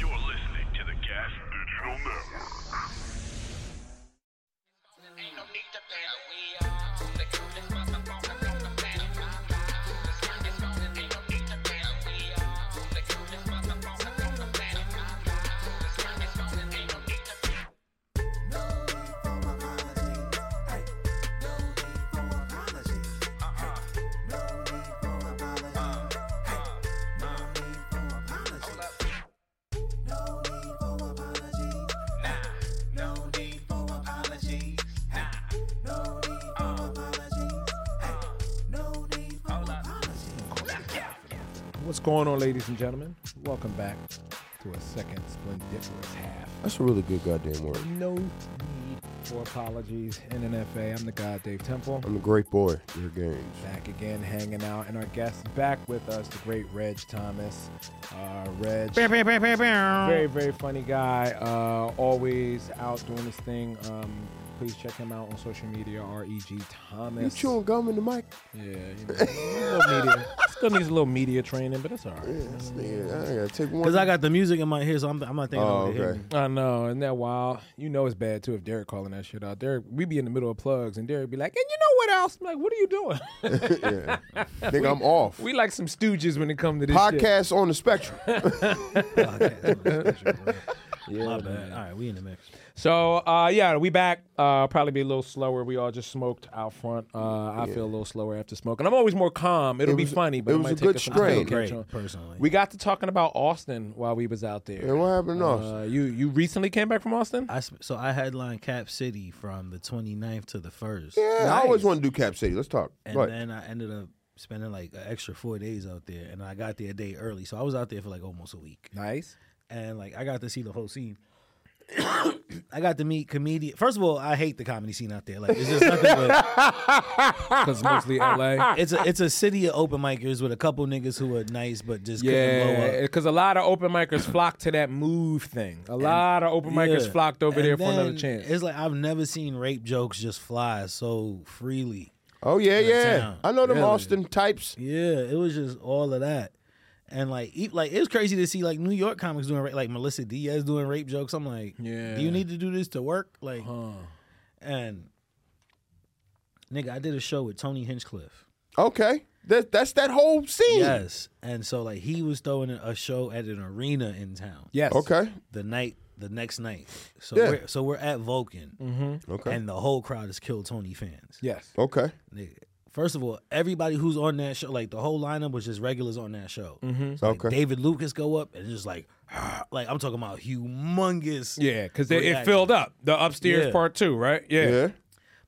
listening to the Gas Digital Network. What's going on, ladies and gentlemen? Welcome back to a second splendiferous half. That's a really good goddamn word. No need for apologies. NNFA, I'm the God Dave Temple. I'm a great boy. Your games. Back again, hanging out, and our guest is back with us, the great Reg Thomas. Uh, Reg, very, very funny guy. Uh, always out doing his thing. Um, please check him out on social media. R E G You Thomas. chewing gum in the mic? Yeah, you know, a little media. Still needs a little media training, but it's all right. Yeah, this nigga, I gotta take one. Cause I got the music in my head, so I'm, I'm not thinking. Oh, I'm gonna okay. hit I know, and that wild. You know it's bad too if Derek calling that shit out. Derek, we be in the middle of plugs, and Derek be like, "And you know what else? I'm like, what are you doing? yeah. Nigga, I'm off. we like some stooges when it comes to this shit. Podcast on the spectrum. me. My bad. All right, we in the mix. So uh, yeah, we back. Uh, probably be a little slower. We all just smoked out front. Uh, I feel a little slower after smoking. I'm always more calm. It'll It be was- funny, but it it, was might a take good us some time to strain. catch Great, on. personally. We got to talking about Austin while we was out there. and what happened to us? Uh, you you recently came back from Austin? I sp- so I headlined Cap City from the 29th to the first, yeah, I always nice. want to do Cap City. Let's talk. and right. then I ended up spending like an extra four days out there, and I got there a day early, so I was out there for like almost a week, nice. and like I got to see the whole scene. I got to meet comedian. First of all, I hate the comedy scene out there. Like it's just nothing but. Because mostly LA. It's a it's a city of open micers with a couple niggas who are nice but just couldn't blow Yeah, up. because a lot of open micers flocked to that move thing. A lot of open micers Yeah. flocked over And there for another then chance. It's like I've never seen rape jokes just fly so freely. oh yeah, yeah. town. I know them Really? Austin types. Yeah, it was just all of that. And like, e- like it was crazy to see like New York comics doing rape, like Melissa Diaz doing rape jokes. I'm like, Yeah. do you need to do this to work? Like, and nigga, I did a show with Tony Hinchcliffe. Okay, that that's that whole scene. Yes, and so like he was throwing a a show at an arena in town. yes. Okay. the night the next night. So Yeah. we're so we're at Vulcan, Mm-hmm. Okay. and the whole crowd is Kill Tony fans. Yes. okay. Nigga, First of all, everybody who's on that show, like the whole lineup was just regulars on that show. Mm-hmm. So like, Okay. David Lucas go up and just like, "Ah," like I'm talking about humongous. Yeah, because it reaction. filled up the upstairs Yeah. part too, right? Yeah. Yeah.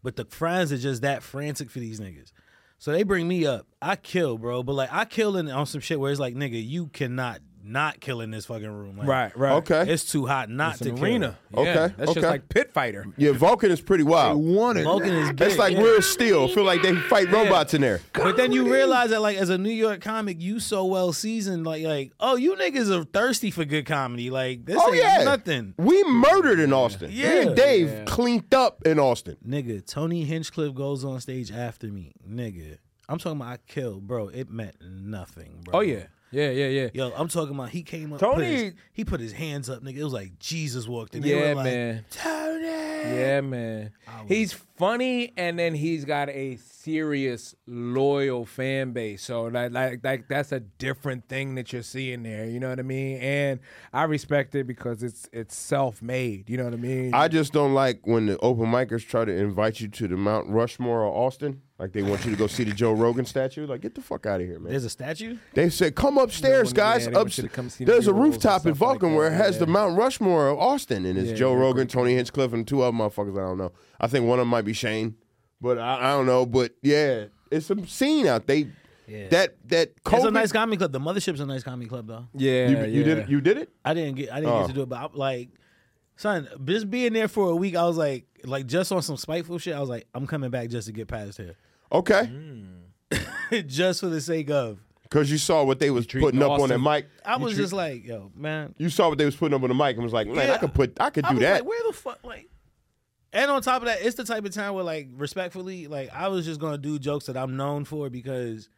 But the fries are just that frantic for these niggas. So they bring me up. I kill, bro. But like I kill in on some shit where it's like, nigga, you cannot not kill in this fucking room. Like, Right. Right. Okay. It's too hot not It's to an kill. arena. Okay, Yeah, That's just okay. like pit fighter. yeah, Vulcan is pretty wild. wanted. Vulcan is big. It's like yeah. we're steel. Feel like they fight robots in there. But then you realize that, like, as a New York comic, you so well seasoned, like, like, oh, you niggas are thirsty for good comedy. Like, this Oh ain't yeah, nothing. We murdered in Austin. Yeah, Yeah. and Dave cleaned up in Austin. Nigga, Tony Hinchcliffe goes on stage after me. Nigga, I'm talking about I killed, bro. It meant nothing, bro. Oh yeah. Yeah. Yeah. Yeah. Yo, I'm talking about he came up. Tony- put his, he put his hands up, nigga. It was like Jesus walked in. They Yeah, were like, man. Tony. Yeah, man. He's funny, and then he's got a serious, loyal fan base. So like, like, like that's a different thing that you're seeing there. You know what I mean? And I respect it because it's it's self made. You know what I mean? I just don't like when the open micers try to invite you to the Mount Rushmore or Austin. Like they want you to go see the Joe Rogan statue. Like get the fuck out of here, man. There's a statue. They said come upstairs, No, guys. yeah, they want Ups- you to come see the there's a murals and rooftop in stuff like Vulcan that, where it has yeah. the Mount Rushmore of Austin, and it's Yeah, Joe yeah, Rogan, Tony Hinchcliffe, and two other motherfuckers I don't know. I think one of them might be Shane. But I, I don't know. But yeah, it's obscene out. They that that COVID. It's a nice comedy club. The mothership's a nice comedy club though. Yeah, you, you did yeah. it. You did it. I didn't get I didn't Oh. get to do it, but I, like, son, just being there for a week, I was like, like just on some spiteful shit, I was like, I'm coming back just to get past here, Okay, Mm-hmm. just for the sake of. because you saw what they was treating putting up on that Austin- mic. I You was treat- just like, yo, man, You saw what they was putting up on the mic and was like, man, Yeah. I could put, I could I do was that. like, where the fuck, like. And on top of that, it's the type of time where, like, respectfully, like, I was just gonna do jokes that I'm known for because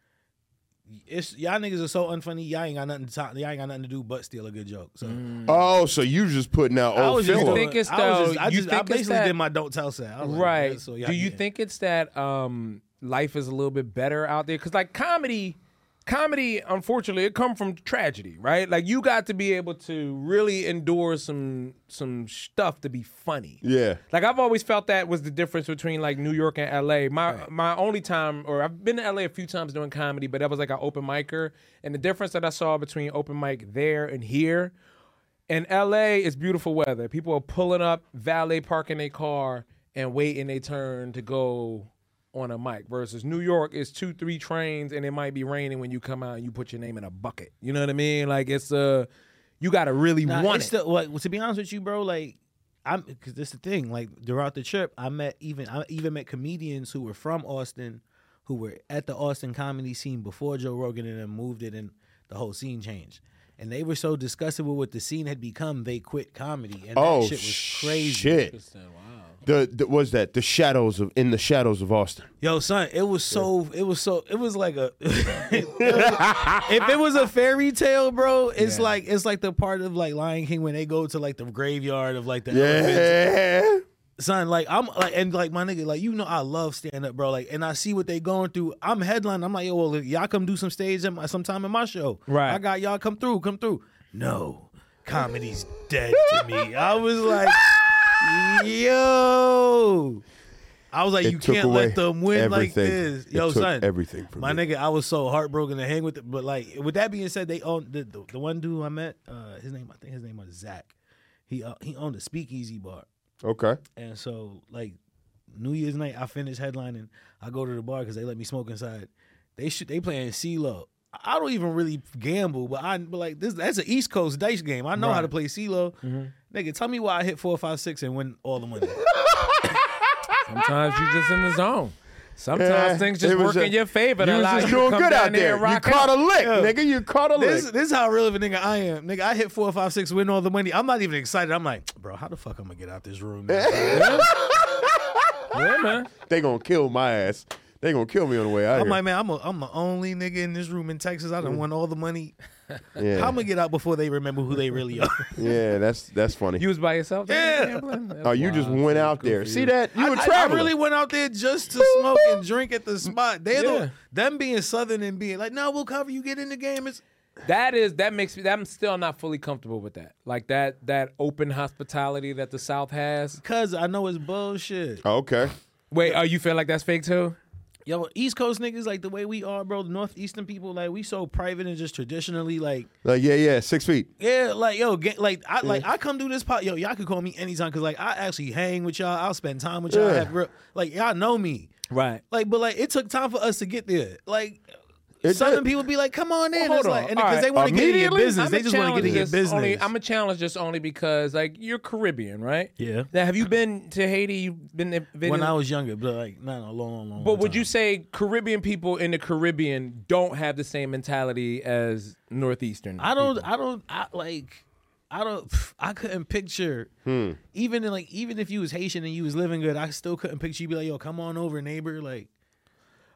it's y'all niggas are so unfunny. Y'all ain't got nothing to talk. Y'all ain't got nothing to do but steal a good joke. So oh, so you just putting out I old was just, film? doing- Mm. think it's I, was though- just, I, you just, I think it's basically that- did my don't tell set. I was like, right. yeah, so y'all Do you can- think it's that um, life is a little bit better out there? Because like comedy, comedy, unfortunately, it come from tragedy, right? Like you got to be able to really endure some some stuff to be funny. yeah, Like I've always felt that was the difference between like New York and LA. My my only time or I've been to LA a few times doing comedy, but that was like an open micer. And the difference that I saw between open mic there and here in LA it's beautiful weather. People are pulling up, valet parking their car and waiting their turn to go on a mic versus New York is two, three trains and it might be raining when you come out and you put your name in a bucket. You know what I mean? Like it's uh you gotta really Nah, want it's it. Still, like, to be honest with you, bro, like I'm because this the thing. Like throughout the trip, I met even I even met comedians who were from Austin, who were at the Austin comedy scene before Joe Rogan and then moved it, and the whole scene changed. And they were so disgusted with what the scene had become, they quit comedy, and oh that shit was crazy. Shit, the, the was that the shadows of in the shadows of Austin. Yo, son, it was so, it was so, it was like a. if it was a fairy tale, bro, it's like it's like the part of like Lion King when they go to like the graveyard of like the elephants Yeah, son like i'm like and like my nigga like you know i love stand up bro like and i see what they going through i'm headlining i'm like yo well y'all come do some stage in my, sometime in my show Right. i got y'all come through come through no comedy's dead to me i was like yo I was like, It you took can't away let them win like everything. this, It yo, took son. everything from my me. nigga. I was so heartbroken to hang with it, but like, with that being said, they own the, the, the one dude I met. Uh, his name, I think his name was Zach. He uh, he owned a speakeasy bar, okay. and so, like, New Year's night, I finish headlining. I go to the bar because they let me smoke inside. They shoot. They playing CeeLo. I don't even really gamble, but I but like this. That's an East Coast dice game. I know how to play CeeLo. Nigga, tell me why I hit four, five, six, and win all the money. Sometimes you just in the zone. Sometimes Yeah, things it just was work a- in your favor. You to was allow just you to doing come good down out there there. and You rock caught out. a lick, Yeah. nigga. You caught a this lick. this is how real of a nigga I am. Nigga, I hit four, five, six, win all the money. I'm not even excited. I'm like, bro, how the fuck I'm gonna get out this room? man?" Yeah, man. They gonna kill my ass. They gonna kill me on the way out I'm here. like, man, I'm a, I'm the only nigga in this room in Texas. I done won all the money. yeah. How am I gonna get out before they remember who they really are? yeah, that's that's funny. You was by yourself. there Yeah. gambling? oh, you just Wow. went out there. See that? You were I- I, traveling. really went out there just to smoke and drink at the spot. They Yeah. the, them being southern and being like, "No, we'll cover you. Get in the game." It's That is that makes me. I'm still not fully comfortable with that. Like that that open hospitality that the South has. cause I know it's bullshit. Oh, okay. Wait, oh, you feel like that's fake too? Yo, East Coast niggas like the way we are, bro. The northeastern people like we so private and just traditionally like Like yeah, yeah. Six feet. Yeah, like yo, get, like I like I come do this pod. Yo, y'all can call me anytime because like I actually hang with y'all. I'll spend time with y'all. Yeah. Have real, like y'all know me. Right. Like, but like it took time for us to get there. Like It southern did. people be like, "Come on in," Hold it's on. like, and All because right. they want to get in your Immediately? business, they I'ma just want to get in your challenge this business. Only, I'm a challenge just only because like you're Caribbean, right? Yeah. Now, have you been to Haiti? You've been to when I was younger, but like not a long, long, long. But would time. you say Caribbean people in the Caribbean don't have the same mentality as Northeastern? I don't. I don't. I like. I don't. pff, I couldn't picture. Even in like, even if you was Haitian and you was living good, I still couldn't picture you be like, "Yo, come on over, neighbor." Like.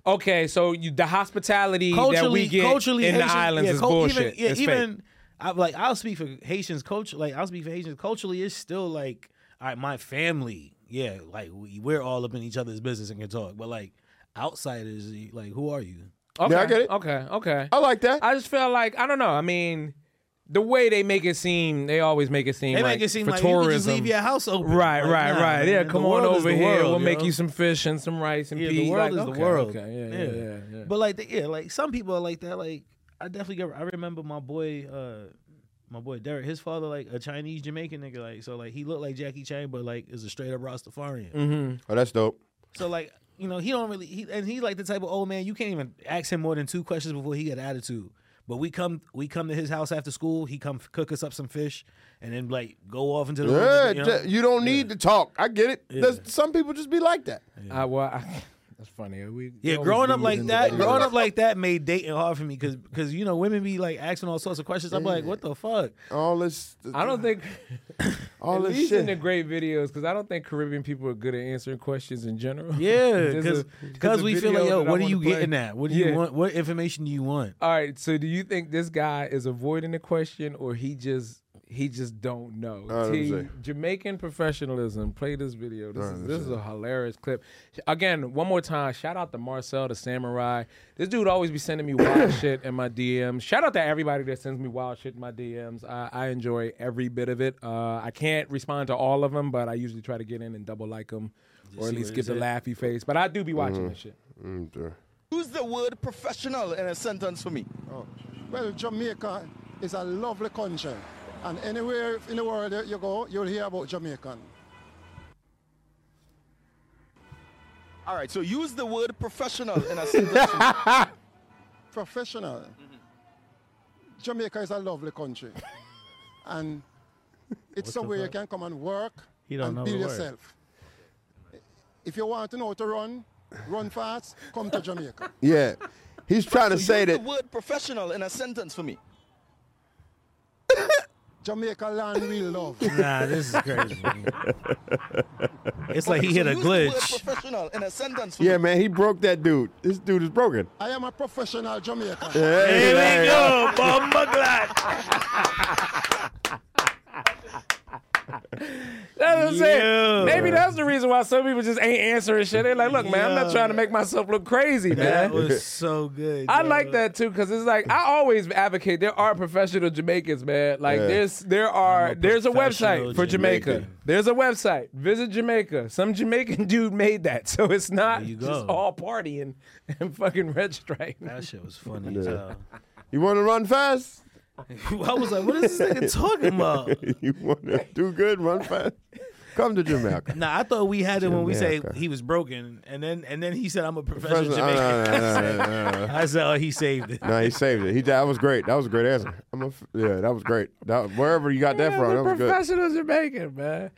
Okay, so you, the hospitality that we get in the Haitian- islands yeah, is cul- bullshit. Even, yeah, It's fake. even I, like I'll speak for Haitians culture. Like I'll speak for Haitians culturally. It's still like, all right, my family. Yeah, like we, we're all up in each other's business and can talk. But like outsiders, like who are you? okay, Yeah, I get it. okay, okay. I like that. I just felt like I don't know. I mean, the way they make it seem, they always make it seem They like make it seem for like tourism. you could just leave your house open. Right, Like, right, nah, right. Yeah, man, come the on world is over the here. world, we'll yo. make you some fish and some rice and Yeah, peas. the world Like, is the okay, world. Okay, yeah, yeah, yeah. yeah. But like, the, yeah, like some people are like that. Like I definitely get. I remember my boy, uh my boy Derek. His father, like a Chinese Jamaican nigga, Mm-hmm. like so, like he looked like Jackie Chan, but like is a straight up Rastafarian. Oh, that's dope. So like, you know, he don't really, he, and he's like the type of old man you can't even ask him more than two questions before he got attitude. But we come, we come to his house after school. He come f- cook us up some fish, and then like go off into the room Yeah, and, you know, ju- you don't need to talk. I get it. There's- Some people just be like that. I, well, I, that's funny. We Yeah, always growing up lead like into that, the- growing up like that made dating hard for me because you know women be like asking all sorts of questions. I'm like, what the fuck? All this, I don't think all at this least in the shit. great videos because I don't think Caribbean people are good at answering questions in general. Yeah, There's a- there's because a we feel like, video yo, that I what are wanna you play. getting at? What do Yeah. you want? What information do you want? All right, so do you think this guy is avoiding the question or he just he just don't know? All right, let me T, see. Jamaican professionalism. Play this video. This right, is let me this is a hilarious clip. Again, one more time. Shout out to Marcel the Samurai. This dude always be sending me wild shit in my DMs. Shout out to everybody that sends me wild shit in my DMs. I, I enjoy every bit of it. Uh, I can't respond to all of them, but I usually try to get in and double like them, or at least give the laughy face. But I do be watching this shit. Mm, duh. Use the word professional in a sentence for me. Well, Jamaica is a lovely country. And anywhere in the world that you go, you'll hear about Jamaican. All right, so use the word professional in a sentence for me. Professional. Jamaica is a lovely country. and it's somewhere you can come and work He don't and know build the word. yourself. If you want to know how to run, run fast, come to Jamaica. Yeah, he's trying to So say use that. the word professional in a sentence for me. Jamaica land we love. Nah, this is crazy. it's like he hit So a use the word glitch. professional in a sentence for Yeah, me. man, he broke that dude. This dude is broken. I am a professional Jamaican. Hey, man. go, Bumba Glad. That's what I'm saying. Yeah. Maybe that's the reason why some people just ain't answering shit. They're like, look, man, I'm not Yeah. trying to make myself look crazy, man. That was so good. I bro. like that too, cause it's like I always advocate. There are professional Jamaicans, man. Like Yeah. there's there are a there's a professional website for Jamaica. Jamaican. There's a website. Visit Jamaica. Some Jamaican dude made that, so it's not There you just go. all partying and fucking red stripe. That shit was funny. as hell. You want to run fast? I was like, what is this nigga talking about? you want to do good? Run fast. Come to Jamaica. Nah, I thought we had it when we say Jamaica. he was broken, and then and then he said I'm a No, professional no, oh, no, Jamaican. no, no, no, no. I said, oh, he saved it. No, he saved it. He that was great. That was a great answer. I'm a f yeah, that was great. That, wherever you got that Yeah, from, the that was good. professional Jamaican, man.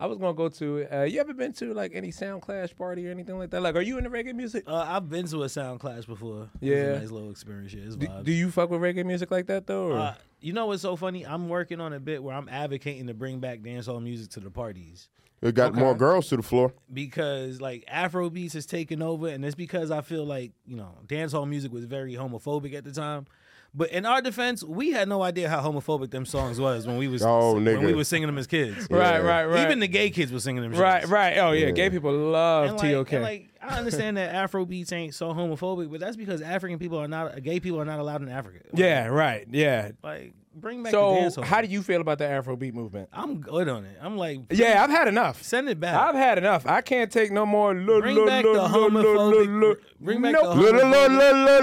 I was gonna go to. Uh, you ever been to like any sound clash party or anything like that? Like, are you into reggae music? Uh, I've been to a sound clash before. it Yeah. was a nice little experience. Yeah, it's Do, vibes. do you fuck with reggae music like that though? Or? Uh, you know what's so funny? I'm working on a bit where I'm advocating to bring back dancehall music to the parties It got more girls to the floor. because like Afro beats has taken over, and it's because I feel like you know dancehall music was very homophobic at the time. But in our defense, we had no idea how homophobic them songs was when we was Oh, when we nigga. were singing them as kids. right, right, right. Even the gay kids were singing them. shits. right, right. Oh yeah, gay people love And like, TOK. and, like, I understand that Afro beats ain't so homophobic, but that's because African people are not gay people are not allowed in Africa. yeah, right, yeah. Like bring back the So dancehall. how do you feel about the Afrobeat movement? I'm good on it. I'm like Yeah, I've had enough. Send it back. I've had enough. I can't take no more. Look, Bring look, back look, the look, look, look, homophobic- look. bring back Nope. the Look, look, look, look, look,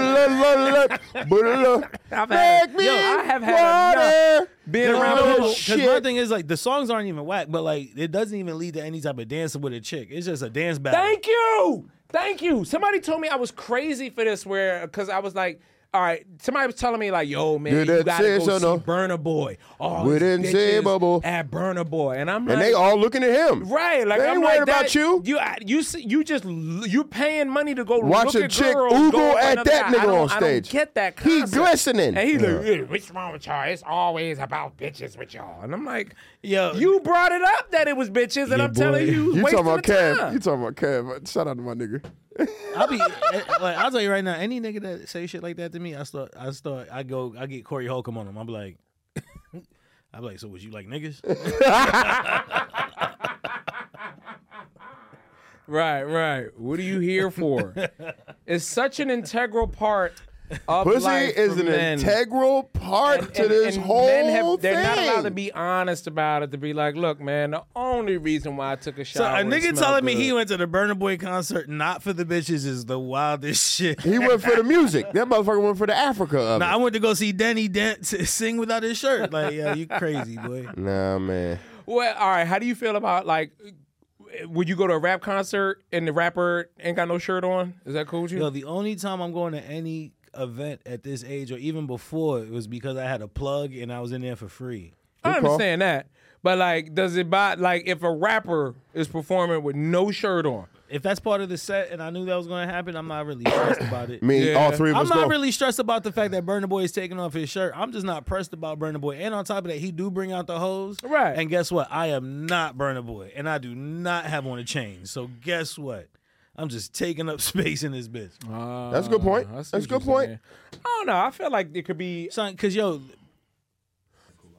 look, look, uh, look, look. I've had- Make me Yo, I have had water. enough being Look, around look, people. look, Because my shit. thing is like the songs aren't even whack, but like it doesn't even lead to any type of dancing with a chick. It's just a dance battle. Thank you. Thank you. Somebody told me I was crazy for this, where because I was like, all right. Somebody was telling me like, yo, man, With you that gotta go sensational. see Burner Boy. Oh, With that sensational. at Burner Boy, and I'm And like, they all looking at him. right, like they I'm ain't like worried that- about you. You I- you see- you just l- you paying money to go Watch look a at chick girls oogle go up at another that guy. I nigga don't- on I don't stage. get that. He Concept. glistening. And he's like, Yeah. "Yeah, what's wrong with y'all? It's always about bitches with y'all. And I'm like, Yo. you brought it up that it was bitches, and Yeah, I'm telling boy. you, You wasting talking about the Kev? time. You talking about Kev? Uh, Shout out to my nigga. I'll be eh, like I'll tell you right now, any nigga that say shit like that to me, I start I start I go I get Corey Holcomb on him. I'm like I'm like, so was you like niggas? Right, right. What are you here for? it's such an integral part of Pussy life is for an men. integral part And- to and- this and whole men have, thing. They're not allowed to be honest about it. To be like, look, man, the only reason why I took a So shower. a and nigga smelled telling me he good- went to the Burner Boy concert not for the bitches is the wildest shit. He went for the music. That motherfucker went for the Africa of Nah, I it. went to go see Danny Dent sing without his shirt. Like, yeah, you crazy boy. Nah, man. Well, all right. How do you feel about like? would you go to a rap concert and the rapper ain't got no shirt on? Is that cool with you? Yo, the only time I'm going to any event at this age or even before it was because I had a plug and I was in there for free. I Good call. understand that. But like, does it buy like if a rapper is performing with no shirt on? If that's part of the set and I knew that was going to happen, I'm not really stressed about it. Me, all Yeah. three of I'm us not go. really stressed about the fact that Burner Boy is taking off his shirt. I'm just not pressed about Burner Boy. And on top of that, he do bring out the hose. Right. And guess what? I am not Burner Boy, and I do not have on a chain. So guess what? I'm just taking up space in this bitch. That's a good point. I see That's what a good you're point. saying. I don't know. I feel like it could be. Son, cause yo,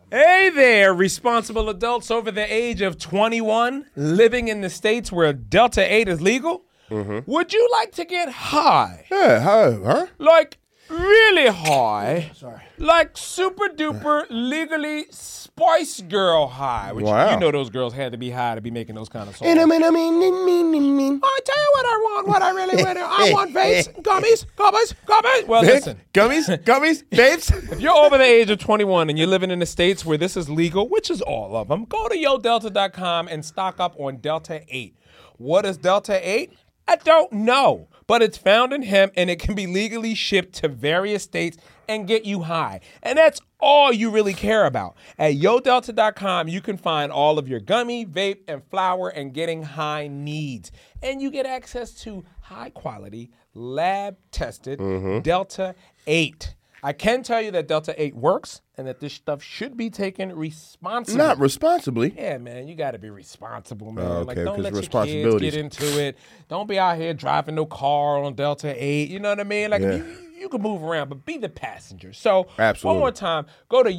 Hey there, responsible adults over the age of 21 living in the states where Delta 8 is legal. Would you like to get high? Yeah, huh? huh? Like, really high? Sorry. Like, super duper legally Spice Girl high. Which Wow. you know those girls had to be high to be making those kind of songs. And I mean, I mean, I mean, I mean. I tell you what I want, what I really want. I want vapes, gummies, gummies, gummies. Well, listen, Gummies, gummies, babes. if you're over the age of 21 and you're living in the states where this is legal, which is all of them, go to yodelta.com and stock up on Delta 8. What is Delta 8? I don't know, but it's found in hemp and it can be legally shipped to various states and get you high. And that's all you really care about. At yodelta.com, you can find all of your gummy, vape, and flower and getting high needs. And you get access to high quality, lab tested Delta 8. I can tell you that Delta 8 works and that this stuff should be taken responsibly. Not responsibly. yeah, man, you got to be responsible, man. Oh, like, okay, don't 'cause let your kids responsibilities. get into it. Don't be out here driving no car on Delta 8. You know what I mean? Like, Yeah. you, you can move around, but be the passenger. So, Absolutely. one more time, go to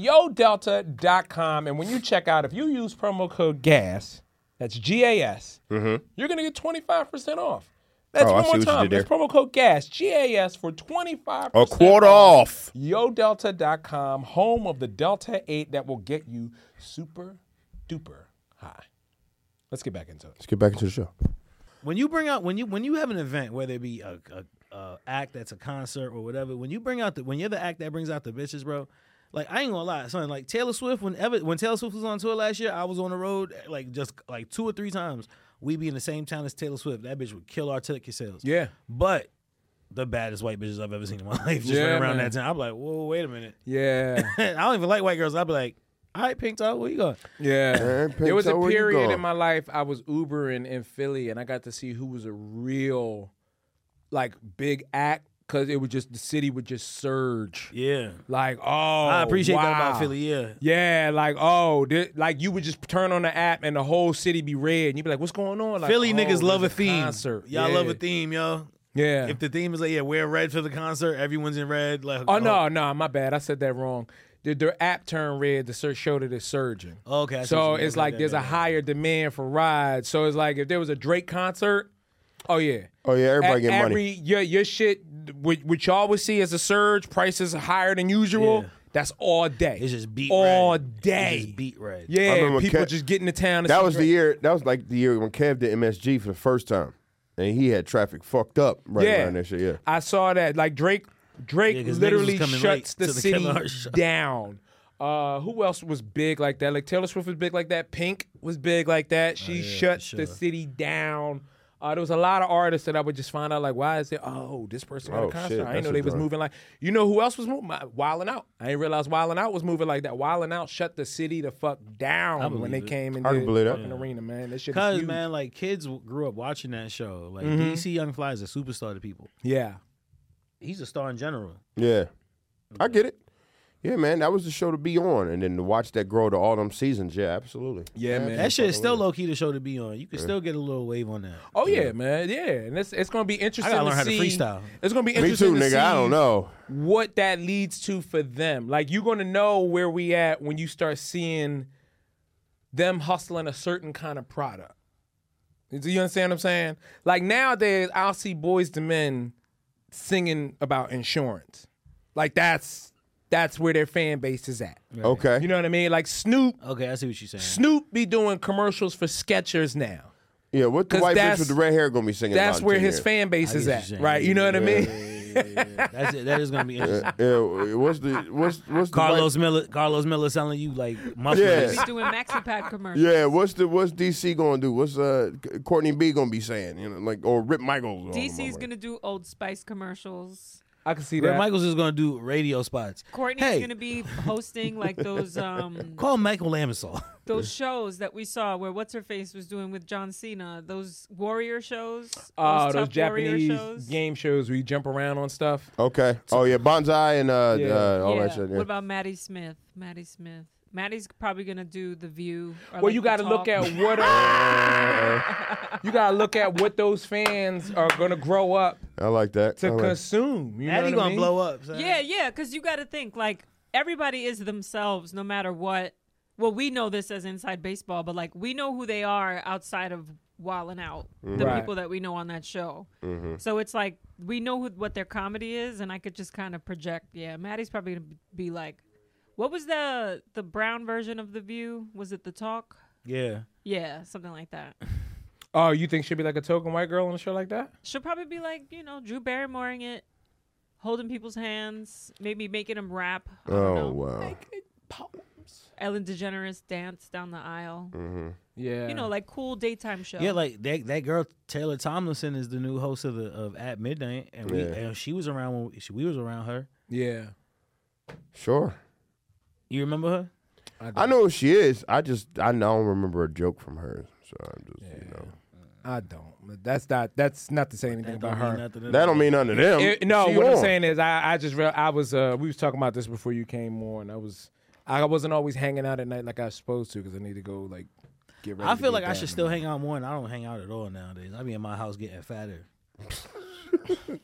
yodelta.com, and when you check out, if you use promo code GAS, that's G you're going to get 25% off. That's Mm-hmm. Oh, I one see more what you time. did That's there. promo code GAS, G A S, for 25% A quarter off. YoDelta.com, home of the Delta 8 that will get you super duper high. Let's get back into it. Let's get back into the show. when you bring out when you when you have an event, whether it be a, a, a act that's a concert or whatever, when you bring out the when you're the act that brings out the bitches, bro. Like I ain't gonna lie, son. Like Taylor Swift, whenever when Taylor Swift was on tour last year, I was on the road like just like two or three times. We be in the same town as Taylor Swift. That bitch would kill our ticket sales. Yeah. but the baddest white bitches I've ever seen in my life just Yeah, ran around man. that town. I'm like, whoa, wait a minute. Yeah, I don't even like white girls. I'd be like, all right, pink toe, where you going? yeah. Pink, there was a so where you period going? in my life I was Ubering in Philly and I got to see who was a real, like, big act because it was just, the city would just surge. Yeah, Like, oh, I appreciate that about wow. Philly. Yeah, Yeah, like oh, thi- like you would just turn on the app and the whole city be red, and you'd be like, "What's going on?" Like, Philly oh, niggas love a there's theme. Concert. Y'all yeah. love a theme, yo. Yeah. If the theme is like, yeah, wear red for the concert, everyone's in red. Like, oh no, no, my bad. I said that wrong. The, the app turned red. The search showed it is surging. Okay, I see so what you mean. it's Okay, like okay, there's a okay. higher demand for rides. So it's like if there was a Drake concert, oh yeah. Oh yeah, everybody A- get every, money. Your, your shit, what, what y'all would see as a surge, prices higher than usual. Yeah. That's all day. It's just beat all red. It's day. just beat red. I Yeah, remember people Kev- just getting to town. to That see was the Drake. year. That was like the year when Kev did MSG for the first time, and he had traffic fucked up right yeah. around that shit. Yeah. I saw that. Like Drake, Yeah, Drake 'cause niggas literally was coming shuts the, late to the city Kevin Hart show. down. Uh, who else was big like that? Like Taylor Swift was big like that. Pink was big like that. She shuts the Oh, sure. city down. Uh, there was a lot of artists that I would just find out like, why is it? Oh, this person got Oh, a shit, concert. I didn't that's know a they was drug. moving like. You know who else was moving? Wildin' Out. I didn't realize Wildin' Out was moving like that. Wildin' Out shut the city the fuck down when believe they it. came and I can did believe that. fucking Yeah. arena, man. That shit was Cause huge. Mm-hmm. man, like kids w- grew up watching that show. Like DC Young Fly is a superstar to people. Yeah. He's a star in general. Yeah. I get it. Yeah, man, that was the show to be on, and then to watch that grow to all them seasons. Yeah, absolutely. Yeah, man. That shit is still low key the show to be on. You can still get a little wave on that. Oh yeah, man, yeah, and it's it's gonna be interesting. learn how to see- freestyle. It's gonna be Me interesting. too, to nigga. See I don't know. what that leads to for them. Like you're gonna know where we at when you start seeing them hustling a certain kind of product. Do you understand what I'm saying? Like nowadays, I'll see boys to men singing about insurance. Like that's that's where their fan base is at. Okay. You know what I mean? Like Snoop, Okay, I see what you're saying. Snoop be doing commercials for Skechers now. yeah, what the 'Cause white bitch that's- with the red hair gonna be singing? That's about in where 10 his years? fan base is what at, you're saying. right? You know what I mean? That's it. That is gonna be interesting. Yeah, what's the what's what's Carlos the Miller, Carlos Miller selling you like Yeah. mufflers. He's doing MaxiPad commercials. yeah, what's the what's DC gonna do? What's uh Courtney B gonna be saying? You know, like or Rip Michaels. Oh, DC's gonna do Old Spice commercials. I can see Brett that. Michaels is gonna do radio spots. Courtney's hey, gonna be hosting like those um call Michael Lamisol. those shows that we saw where what's her face was doing with John Cena. Those warrior shows. Oh, those, those tough warrior Japanese shows. game shows where you jump around on stuff. Okay. Oh yeah, bonsai and uh, Yeah. uh all yeah. that shit. Yeah. What about Maddie Smith? Maddie Smith. Maddie's probably gonna do the View. Or Well, you got got to look at what uh, you got to look at what those fans are gonna grow up I like that. to I like- consume. You know Maddie what I gonna mean? blow up. son. Yeah, yeah, because you got to think like everybody is themselves, no matter what. Well, we know this as inside baseball, but like we know who they are outside of Wildin' Out, the Right. people that we know on that show. So it's like we know who, what their comedy is, and I could just kind of project. Yeah, Maddie's probably gonna be like, "What was the the brown version of the View? Was it the Talk? yeah. Yeah, something like that." Oh, you think she'd be like a token white girl on a show like that? She'll probably be like, you know, Drew Barrymoreing it, holding people's hands, maybe making them rap. I don't know. oh wow. Ellen DeGeneres dance down the aisle. Yeah. You know, like cool daytime show. Yeah, like that that girl Taylor Tomlinson is the new host of the of At Midnight, and we Yeah. and she was around when we, she, we was around her. yeah. Sure. You remember her? I know who she is. I just I don't remember a joke from her. So I'm just you know I don't. But that's not. That's not to say anything That about don't mean her. nothing to that me. don't mean nothing to them. It- Eh, no, She what I'm on. saying is, I, I just real. I was. Uh, we was talking about this before you came on. I was. I wasn't always hanging out at night like I was supposed to because I need to go like get ready. I to feel get like I down should in still hang out more, and I don't hang out at all nowadays. I be in my house getting fatter.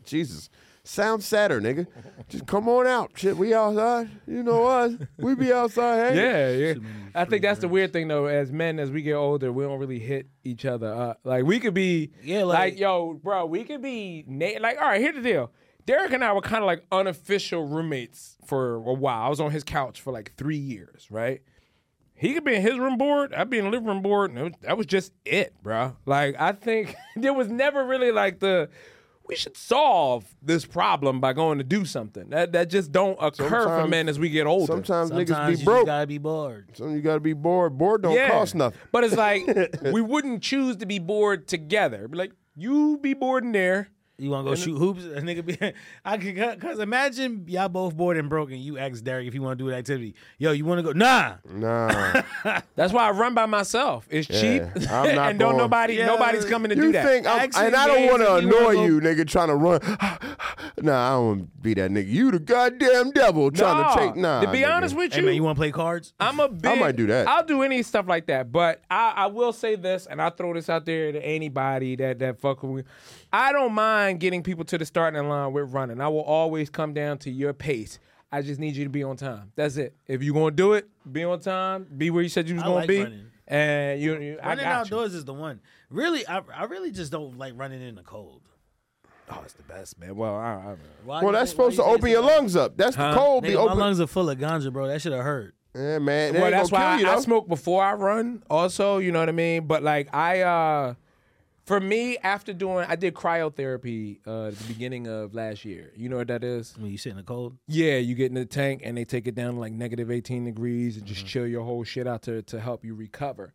Jesus. Sound sadder, nigga. Just come on out. Shit, we outside. You know us. We be outside hanging. Yeah, yeah. I think that's the weird thing though. As men, as we get older, we don't really hit each other up. Like we could be, Yeah, like, like- yo, bro, we could be na- like, all right, here's the deal. Derek and I were kind of like unofficial roommates for a while. I was on his couch for like three years, right? He could be in his room board. I'd be in the living room board, and it was, that was just it, bro. Like I think there was never really like the. We should solve this problem by going to do something. That that just don't occur for Sometimes- men as we get older. Sometimes, Sometimes niggas you be broke. just gotta be bored. Sometimes you gotta be bored. Bored don't cost nothing. But it's like we wouldn't choose to be bored together. Be like, you be bored in there. You wanna go shoot hoops? A nigga be, I could, cause imagine y'all both bored and broken. You ask Derek if you wanna do an activity. Yo, you wanna go? Nah. Nah. That's why I run by myself. It's cheap. I'm not and don't going- nobody Yeah. nobody's coming to you do that. think I'm, Ask me and I don't days want to if you wanna annoy go- you, nigga, trying to run. nah, I don't wanna be that nigga. You the goddamn devil trying Nah, to take. Nah. to be nigga. honest with Hey you, man, you wanna play cards? I'm a big. might do that. I'll do any stuff like that. But I, I will say this, and I throw this out there to anybody that that fuck with me. I don't mind getting people to the starting line with running. I will always come down to your pace. I just need you to be on time. That's it. If you're gonna do it, be on time. Be where you said you was I gonna like be. running. And you, you I Running got outdoors is the one. Really, I, I really just don't like running in the cold. You. Oh, it's the best, man. Well, I, I, Why Well, you that's think- why supposed to you think open it's your the- lungs up. That's the cold. Be Nigga, open. My lungs are full of ganja, bro. That should have hurt. Yeah, man. they well, ain't that's gonna why kill you, I, I though. smoke before I run. Also, you know what I mean. But like I, uh for me, after doing, I did cryotherapy uh, at the beginning of last year. You know what that is? When you sit in the cold, Yeah, you get in the tank and they take it down to like negative eighteen degrees and just Mm-hmm. chill your whole shit out to to help you recover.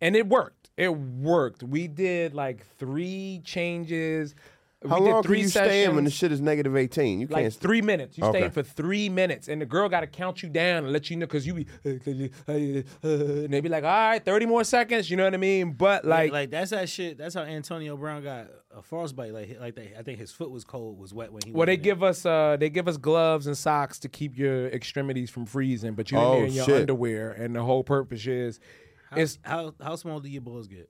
And it worked. It worked. We did like three changes. How we long did three can you sessions stay in when the shit is negative 18? You like can't. three minutes. You Okay. stay for three minutes, and the girl got to count you down and let you know because you be, uh, 'cause you, uh, uh, and they be like, all right, thirty more seconds. You know what I mean? But like, like, that's that shit. That's how Antonio Brown got a frostbite. Like, like that. I think his foot was cold, was wet when he. well, went they in there. give us uh, they give us gloves and socks to keep your extremities from freezing, but you're in, Oh, there in your shit. underwear, and the whole purpose is, it's How how small do your balls get?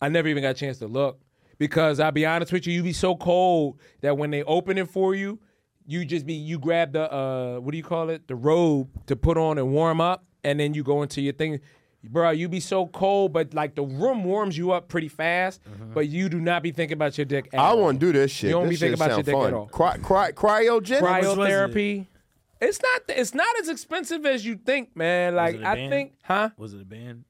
I never even got a chance to look because I'll be honest with you, you be so cold that when they open it for you, you just be you grab the uh what do you call it the robe to put on and warm up, and then you go into your thing. Bro, you be so cold, but like the room warms you up pretty fast, Mm-hmm. but you do not be thinking about your dick. At I all. want to do this shit. You don't this be thinking shit about your sound dick fun. at all. Cry, cry, cryogenic. Cryotherapy. It's not. It's not as expensive as you think, man. Like it a I band? think, huh? Was it a band?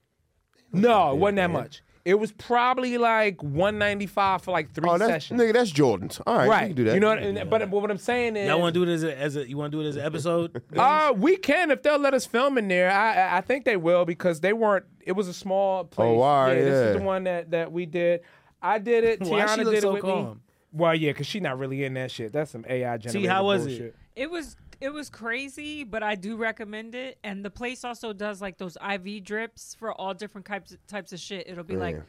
No, it wasn't that much. It was probably like 195 for like three Oh, that's, sessions. nigga, that's Jordan's. All right, right. you can do that. You know what, and- but, but what I'm saying is Y'all want to do it as a, as a you want to do it as an episode? Uh, we can if they'll let us film in there. I I- I think they will because they weren't. It was a small place. Oh, all right, This is yeah. the one that that we did. I did it. Why Tiana she look did so it with me. calm? Well, yeah, because she's not really in that shit. That's some AI generated how was it? bullshit. It was it was crazy, but I do recommend it. And the place also does like those IV drips for all different types types of shit. It'll be like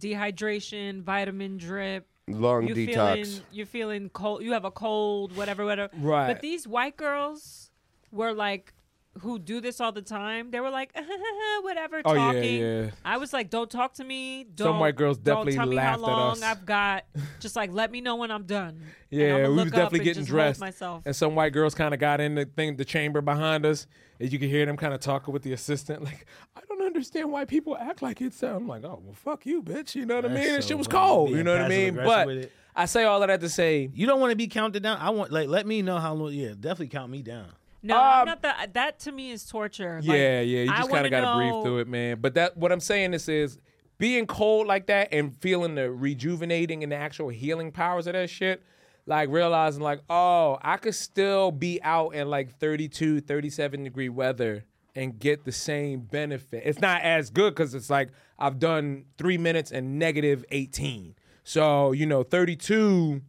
dehydration, vitamin drip. Lung you detox. feeling you're feeling cold. You have a cold, whatever, whatever. Right. But these white girls were like. Who do this all the time? They were like, whatever, Oh, talking. yeah, yeah. I was like, don't talk to me. Don't, Some white girls definitely don't tell me laughed how at long us. I've got. Just like, let me know when I'm done. And I'ma Yeah, we look was up definitely and getting just hold dressed. Myself. And some white girls kind of got in the thing, the chamber behind us, and you could hear them kind of talking with the assistant. Like, I don't understand why people act like it's. I'm like, oh well, fuck you, bitch. You know what I That's mean? And so shit was funny. cold. Being You know what I mean? passive-aggressive with But it. I say all of that to say, you don't want to be counted down. I want like let me know how long. Yeah, definitely count me down. No, Um, I'm not that. That to me is torture. Like, yeah, yeah. You I just kind wanna of got to know- breathe through it, man. But that what I'm saying is, is being cold like that and feeling the rejuvenating and the actual healing powers of that shit. Like realizing, like, oh, I could still be out in like 32, 37 degree weather and get the same benefit. It's not as good because it's like I've done three minutes and negative 18. So, you know, 32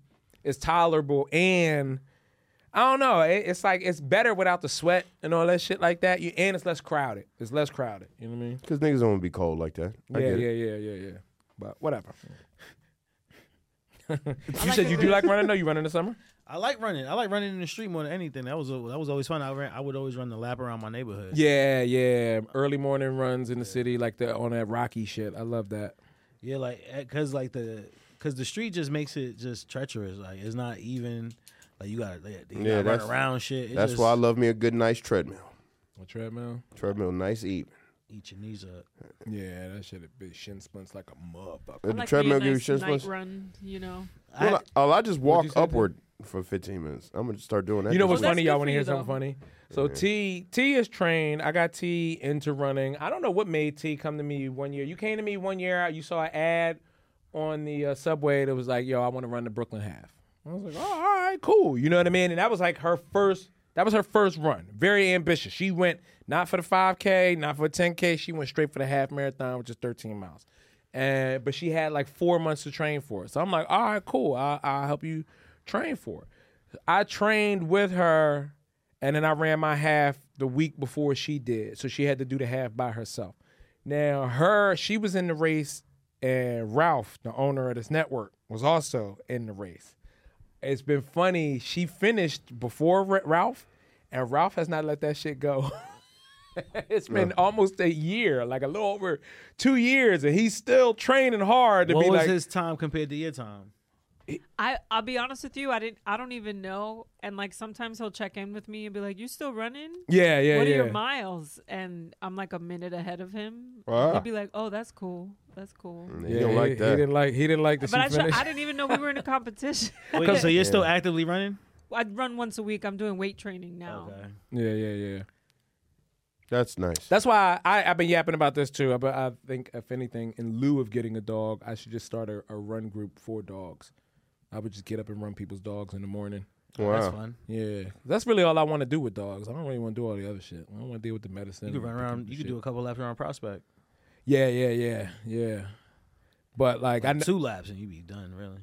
is tolerable and I don't know. It, it's like it's better without the sweat and all that shit like that. You, and it's less crowded. It's less crowded. You know what I mean? Because niggas don't want to be cold like that. yeah, I get it. yeah, yeah, yeah, yeah. But whatever. you like said it you do when- like running. No, you run in the summer. I like running. I like running in the street more than anything. That was that was always fun. I ran. I would always run the lap around my neighborhood. Yeah, yeah. Early morning runs in the city, like the on that rocky shit. I love that. Yeah, like eh, cause like the cause the street just makes it just treacherous. Like it's not even like you got like, you Yeah, yeah, run that's- around shit. It That's just why I love me a good, nice treadmill. A treadmill. Treadmill, nice even. eat your knees up. Yeah, that shit a bitch shin splints like a motherfucker. Did I the like treadmill treadmill give you nice shin night splints? run. You know, I Well, had- I, oh, I just walk you say, upward for 15 minutes. I'm gonna start doing that. You know what's this week. That's funny? good Y'all for want to you, hear something though. funny? So T T is trained. I got T into running. I don't know what made T come to me one year. You came to me one year. You saw an ad on the uh, subway that was like, "Yo, I want to run the Brooklyn half." I was like, "Oh, all right, cool." You know what I mean? And that was like her first. That was her first run. Very ambitious. She went not for the 5K, not for 10K. She went straight for the half marathon, which is 13 miles. And but she had like four months to train for it. So I'm like, all right, cool. I, I'll help you train for it. I trained with her, and then I ran my half the week before she did. So she had to do the half by herself. Now her, she was in the race, and Ralph, the owner of this network, was also in the race it's been funny. She finished before Ra- Ralph, and Ralph has not let that shit go. it's been almost a year, like a little over two years, and he's still training hard to what be was like. his time compared to your time? I I'll be honest with you. I didn't. I don't even know. And like sometimes he'll check in with me and be like, "You still running? yeah, yeah, what yeah. are your miles?" And I'm like a minute ahead of him. Ah. He'll be like, "Oh, that's cool. That's cool." Yeah, yeah, you Mm, don't he, like He that. didn't like. He didn't like that But I, she tr- finished. I didn't even know we were in a competition. Wait, so you're still actively running? I'd run once a week. I'm doing weight training now. Okay. yeah, yeah, yeah. That's nice. That's why I, I've been yapping about this too. But I think, if anything, in lieu of getting a dog, I should just start a, a run group for dogs. I would just get up and run people's dogs in the morning. wow. That's fun. Yeah, that's really all I want to do with dogs. I don't really want to do all the other shit. I don't want to deal with the medicine. You could run around. You could do a couple laps around Prospect. Yeah, yeah, yeah, yeah. But like, I know Two laps and you be done. Really?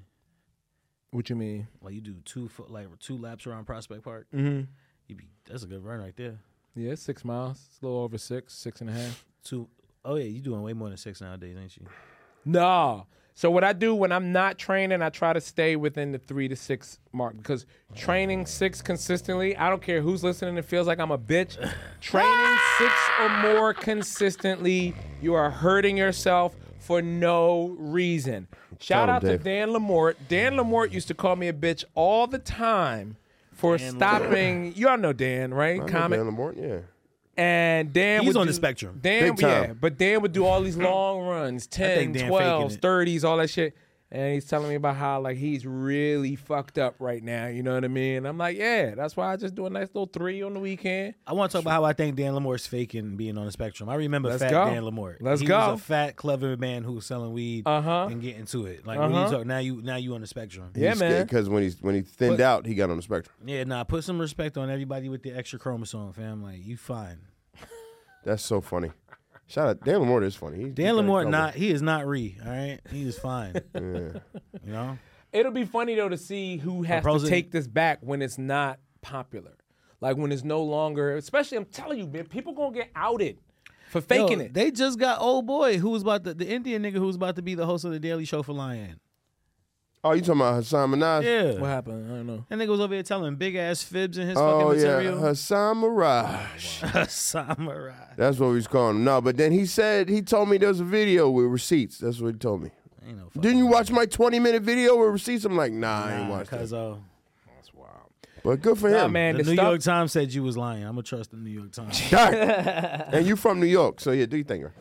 what you mean. Like you do two fo- like two laps around Prospect Park. Mm-hmm. You be that's a good run right there. Yeah, it's six miles. It's a little over six, six and a half. Two oh yeah, you doing way more than six nowadays, ain't you? No. So what I do when I'm not training, I try to stay within the three to six mark because training six consistently, I don't care who's listening, it feels like I'm a bitch. training six or more consistently, you are hurting yourself for no reason. Shout him, out to Dave. Dan Lamort. Dan Lamort used to call me a bitch all the time for stopping. You all know Dan, right? I know Comic. Dan Lamorton, yeah. And Dan He's would on do- the spectrum. Dan, Big yeah, time. but Dan would do all these long runs, 10, Dan faking 12s, it. 30s, all that shit. and he's telling me about how like he's really fucked up right now. You know what I mean? And I'm like, yeah, that's why I just do a nice little three on the weekend. I want to talk about how I think Dan Lamore's faking being on the spectrum. I remember Let's fat go. Dan Lamore. Let's he go. was a fat, clever man who was selling weed Uh-huh. and getting to it. Like when Uh-huh. you talk now, you now you on the spectrum. Yeah, man. Because when he's when he thinned out, he got on the spectrum. Yeah, nah. Put some respect on everybody with the extra chromosome, fam. Like you fine. That's so funny. Shout out Dan Lamore is funny. He- he Dan got a Lamore, couple. not he is not re. All right, he is fine. You know, It'll be funny though to see who has to Proposing- take this back when it's not popular, like when it's no longer. Especially, I'm telling you, man, people gonna get outed for faking Yo, it. They just got old boy who was about to, the Indian nigga who was about to be the host of the Daily Show for Lion. Oh, you talking about Hassan Minaj? Yeah, what happened? I don't know. that nigga was over here telling big ass fibs in his Oh fucking yeah, material. Hassan Mirage. Samurai. That's what we was calling him. No, but then he said he told me there was a video with receipts. That's what he told me. Ain't no Didn't you watch my 20 minute video with receipts? I'm like, nah, I ain't watched Because that. uh, But good for Nah, him. man, the the, New stuff- York Times said you was lying. I'm gonna trust the New York Times. and you from New York, so yeah, do your thing. right?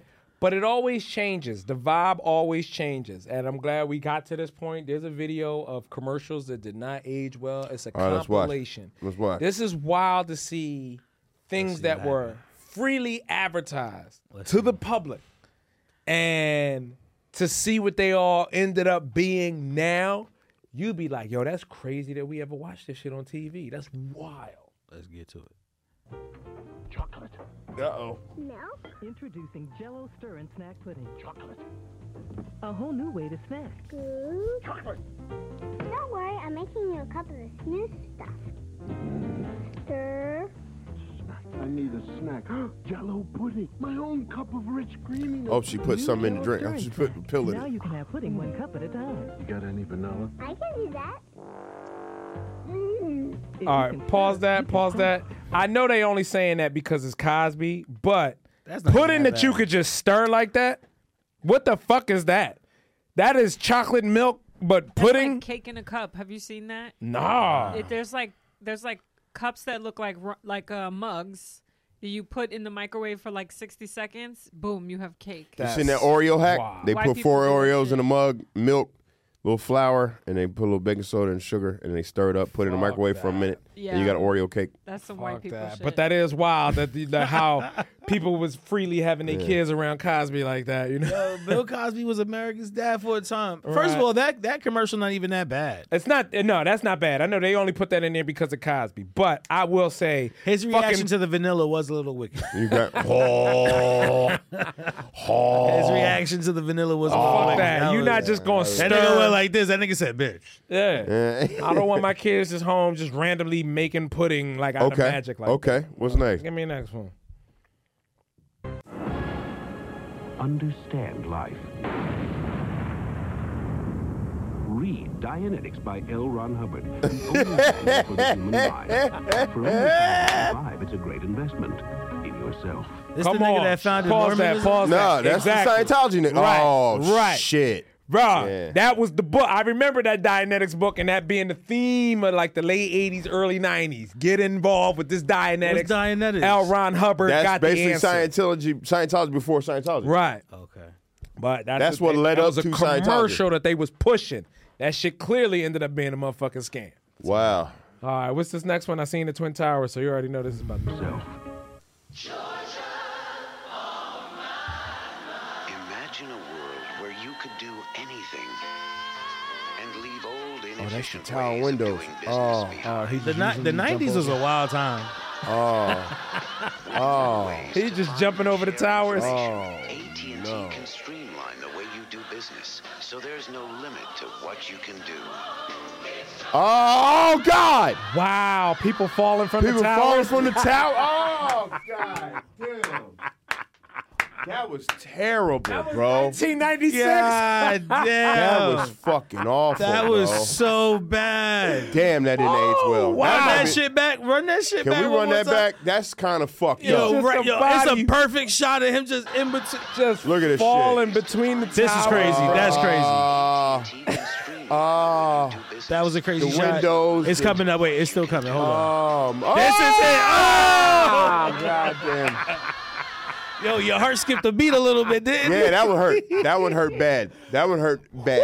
But it always changes. The vibe always changes. And I'm glad we got to this point. There's a video of commercials that did not age well. It's a All right, let's watch. compilation. Let's watch. This is wild to see things that were freely advertised to the public and to see what they all ended up being now. You'd be like, yo, that's crazy that we ever watched this shit on TV. That's wild. Let's get to it. Introducing Jello Stir and Snack Pudding. Chocolate. A whole new way to snack. Don't worry, I'm making you a cup of this new stuff. Stir. I need a snack. Jello pudding. My own cup of rich creaminess. Oh, she put something in the drink. Oh, Stir she and put a snack. pill Now in it. you can have pudding one cup at a time. You got any vanilla? I can do that. If All you can right, serve, pause you that, can pause serve. that. I know they only saying that because it's Cosby, but That's not pudding that that you bad. could just stir like that. What the fuck is that? That is chocolate milk, but That's like pudding? cake in a cup. Have you seen that? nah. It, there's like there's like cups that look like ru- like uh, mugs that you put in the microwave for like 60 seconds. Boom, you have cake. You seen that Oreo hack? Wow. They Why put people four do that Oreos shit? in a mug, milk, little flour, and they put a little baking soda and sugar, and they stir it up, put it in the microwave for a minute, and you Yeah. got an Oreo cake. That's some white people shit. But that is wild that, the, that how people was freely having their kids around Cosby like that, you know? Yo, Uh, Bill Cosby was America's dad for a time. First Right. of all, that that commercial not even that bad. It's not no, that's not bad. I know they only put that in there because of Cosby, but I will say His fucking- reaction to the vanilla was a little wicked. You got oh, His reaction to the vanilla was a little fuck wicked. that. You're was- not just gonna That nigga stir went like this. That nigga said, "Bitch." yeah. Eh. I don't want my kids just home just randomly making pudding like out of okay, magic. Like, okay. What's next? Give me the next one. Understand life. Read Dianetics by L. Ron Hubbard. The only manual for the human mind. For only $5.95, it's a great investment in yourself. This Come the nigga on. that founded pause that. Mormonism? Pause No, that. that's exactly. the Scientology nigga. Right, Oh, right. shit. Bruh, Yeah. that was the book. I remember that Dianetics book and that being the theme of like the late 80s, early 90s. Get involved with this Dianetics. What's Dianetics? L. Ron Hubbard That's got the basically answer. Scientology. Scientology before Scientology. Right. Okay. But that's, That's what they- led that up was a to Scientology. commercial that they was pushing. That shit clearly ended up being a motherfucking scam. Wow. All right, what's this next one? I seen the Twin Towers, so you already know this is about the Imagine a world where you could do anything and leave old inefficient Oh, Tower windows. Oh, oh, he The, ni- the 90s was a wild time. He's just jumping over the towers. Oh, AT&T can streamline the way you do business, so there's no limit to what you can do. Oh God! Wow, people falling from People the falling towers. from the tower. Oh God! Damn. That was terrible, bro. 1996. God damn. That was fucking awful. That was bro. so bad. damn. That didn't age well. wow. Run might that be- shit back. Run that shit Can back. we one run more that time. back? That's kind of fucked Yo, up. just right, a yo, it's body- a perfect shot of him just in between. Just Look at this falling between the This is towers. crazy. That's crazy. Ah, ah. That was a crazy The shot. windows, It's the- coming up. Wait, it's still coming. Hold on. Um, oh, This is it. Oh! God damn. Yo, your heart skipped a beat a little bit, didn't Yeah, it? that would hurt. That would hurt bad. That would hurt bad.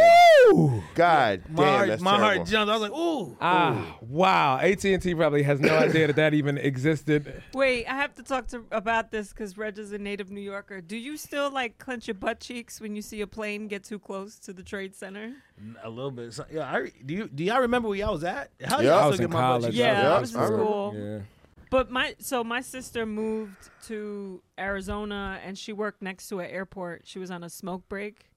Woo! God My damn, heart, that's my terrible. heart jumped. I was like, ooh. Ah, wow. AT and T probably has no idea that that even existed. Wait, I have to talk to about this because Reg is a native New Yorker. Do you still like clench your butt cheeks when you see a plane get too close to the Trade Center? A little bit. So, yeah, I, re- do you do y'all remember where y'all was at? How Yeah, I y'all was still in get my budget? college. Yeah, Yeah, I was in I remember. school. Yeah. But my so my sister moved to Arizona and she worked next to an airport. She was on a smoke break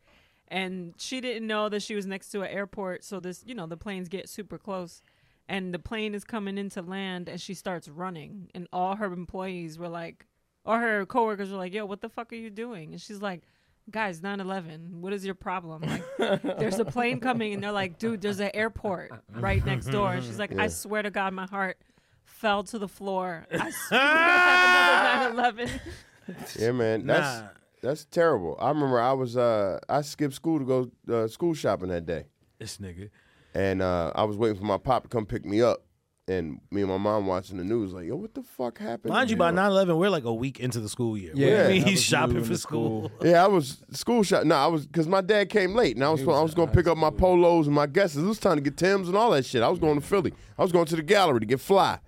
and she didn't know that she was next to an airport, so this, you know, the planes get super close and the plane is coming into land and she starts running and all her employees were like all her coworkers were like, "Yo, what the fuck are you doing?" And she's like, "Guys, 9/11. What is your problem?" Like there's a plane coming and they're like, "Dude, there's an airport right next door." And she's like, "I swear to God, my heart fell to the floor. I swear another 9/11. Yeah, man. That's Nah. that's terrible. I remember I was uh I skipped school to go uh, school shopping that day. This nigga. And uh, I was waiting for my pop to come pick me up. And me and my mom watching the news, like, yo, what the fuck happened? Mind you, by know? 9-11, we're like a week into the school year. Yeah, Yeah, that he's was you shopping in for the school. Yeah, I was school shot. No, I was because my dad came late, and I was, I was going to pick up my polos and my guesses. It was time to get Tim's and all that shit. I was going to Philly. I was going to the gallery to get fly.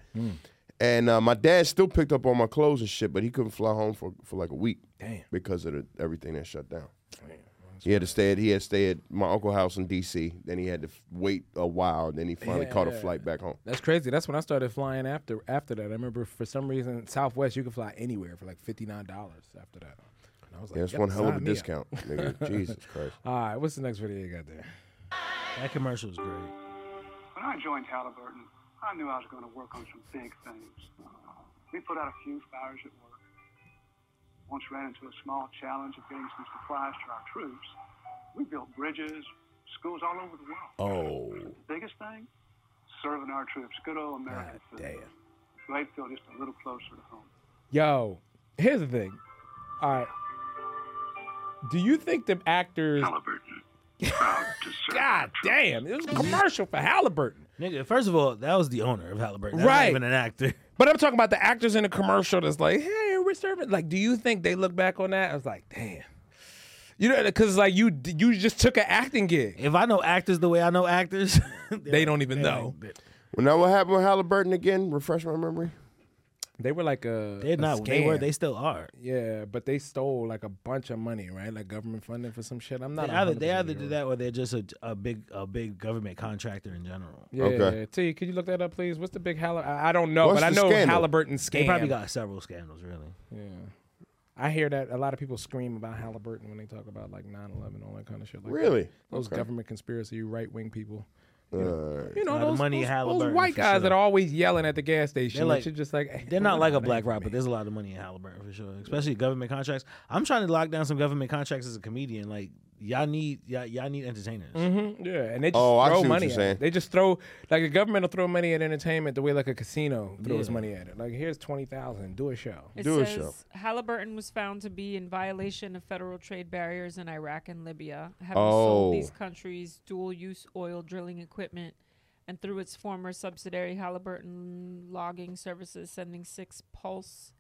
And uh, my dad still picked up all my clothes and shit, but he couldn't fly home for, for like a week. Damn. Because of the, everything that shut down. He had to stay at he had to stay at my uncle's house in D.C. Then he had to f- wait a while. Then he finally caught a flight back home. That's crazy. That's when I started flying after after that. I remember for some reason Southwest you could fly anywhere for like fifty nine dollars after that. And I was like, Yeah, that's "Yep, one hell of a sign me up." discount, nigga. Jesus Christ. All right, what's the next video you got there? That commercial was great. When I joined Halliburton, I knew I was going to work on some big things. We put out a few fires at work. Once ran into a small challenge of getting some supplies to our troops. We built bridges, schools all over the world. Oh, Biggest thing? Serving our troops. Good old American food. damn. Made feel just a little closer to home. Yo, here's the thing. All right. Do you think the actors Halliburton. Proud to serve. God damn, it was a commercial for Halliburton. Nigga, first of all, that was the owner of Halliburton. That's Right. Not even an actor. But I'm talking about the actors in the commercial that's like, hey, we're serving. Like, do you think they look back on that? I was like, damn. You know, because like you you just took an acting gig. If I know actors the way I know actors, They don't even know. well, now what happened with Halliburton again? Refresh my memory. They were like a They're a not. They were. scam. They still are. Yeah, but they stole like a bunch of money, right? Like government funding for some shit. I'm They not. either they 100% either do sure. that or they're just a, a big a big government contractor in general. Yeah, Okay. yeah. T, could you look that up, please? What's the big Halliburton? I I don't know, What's but I the know scandal? Halliburton scam. They probably got several scandals, really. Yeah. I hear that a lot of people scream about Halliburton when they talk about like 9/11, all that kind of shit. Like that. Really? Those government conspiracy right wing people. Uh, You know lot of those, money those, those Halliburton, white for guys sure. that are always yelling at the gas station. They're They're like- just like "Hey, They're we're not like a gonna black make rock, but there's a lot of money in Halliburton for sure, especially government contracts. I'm trying to lock down some government contracts as a comedian. Like y'all need y'all, y'all need entertainers. Mhm, Yeah, and they just Oh, I throw see what money you're at saying. it. They just throw like the government will throw money at entertainment the way like a casino throws money at it. Like here's twenty thousand, do a show. It Do a says show. Halliburton was found to be in violation of federal trade barriers in Iraq and Libya, having Oh. sold these countries dual-use oil drilling equipment, and through its former subsidiary Halliburton Logging Services, sending six pulse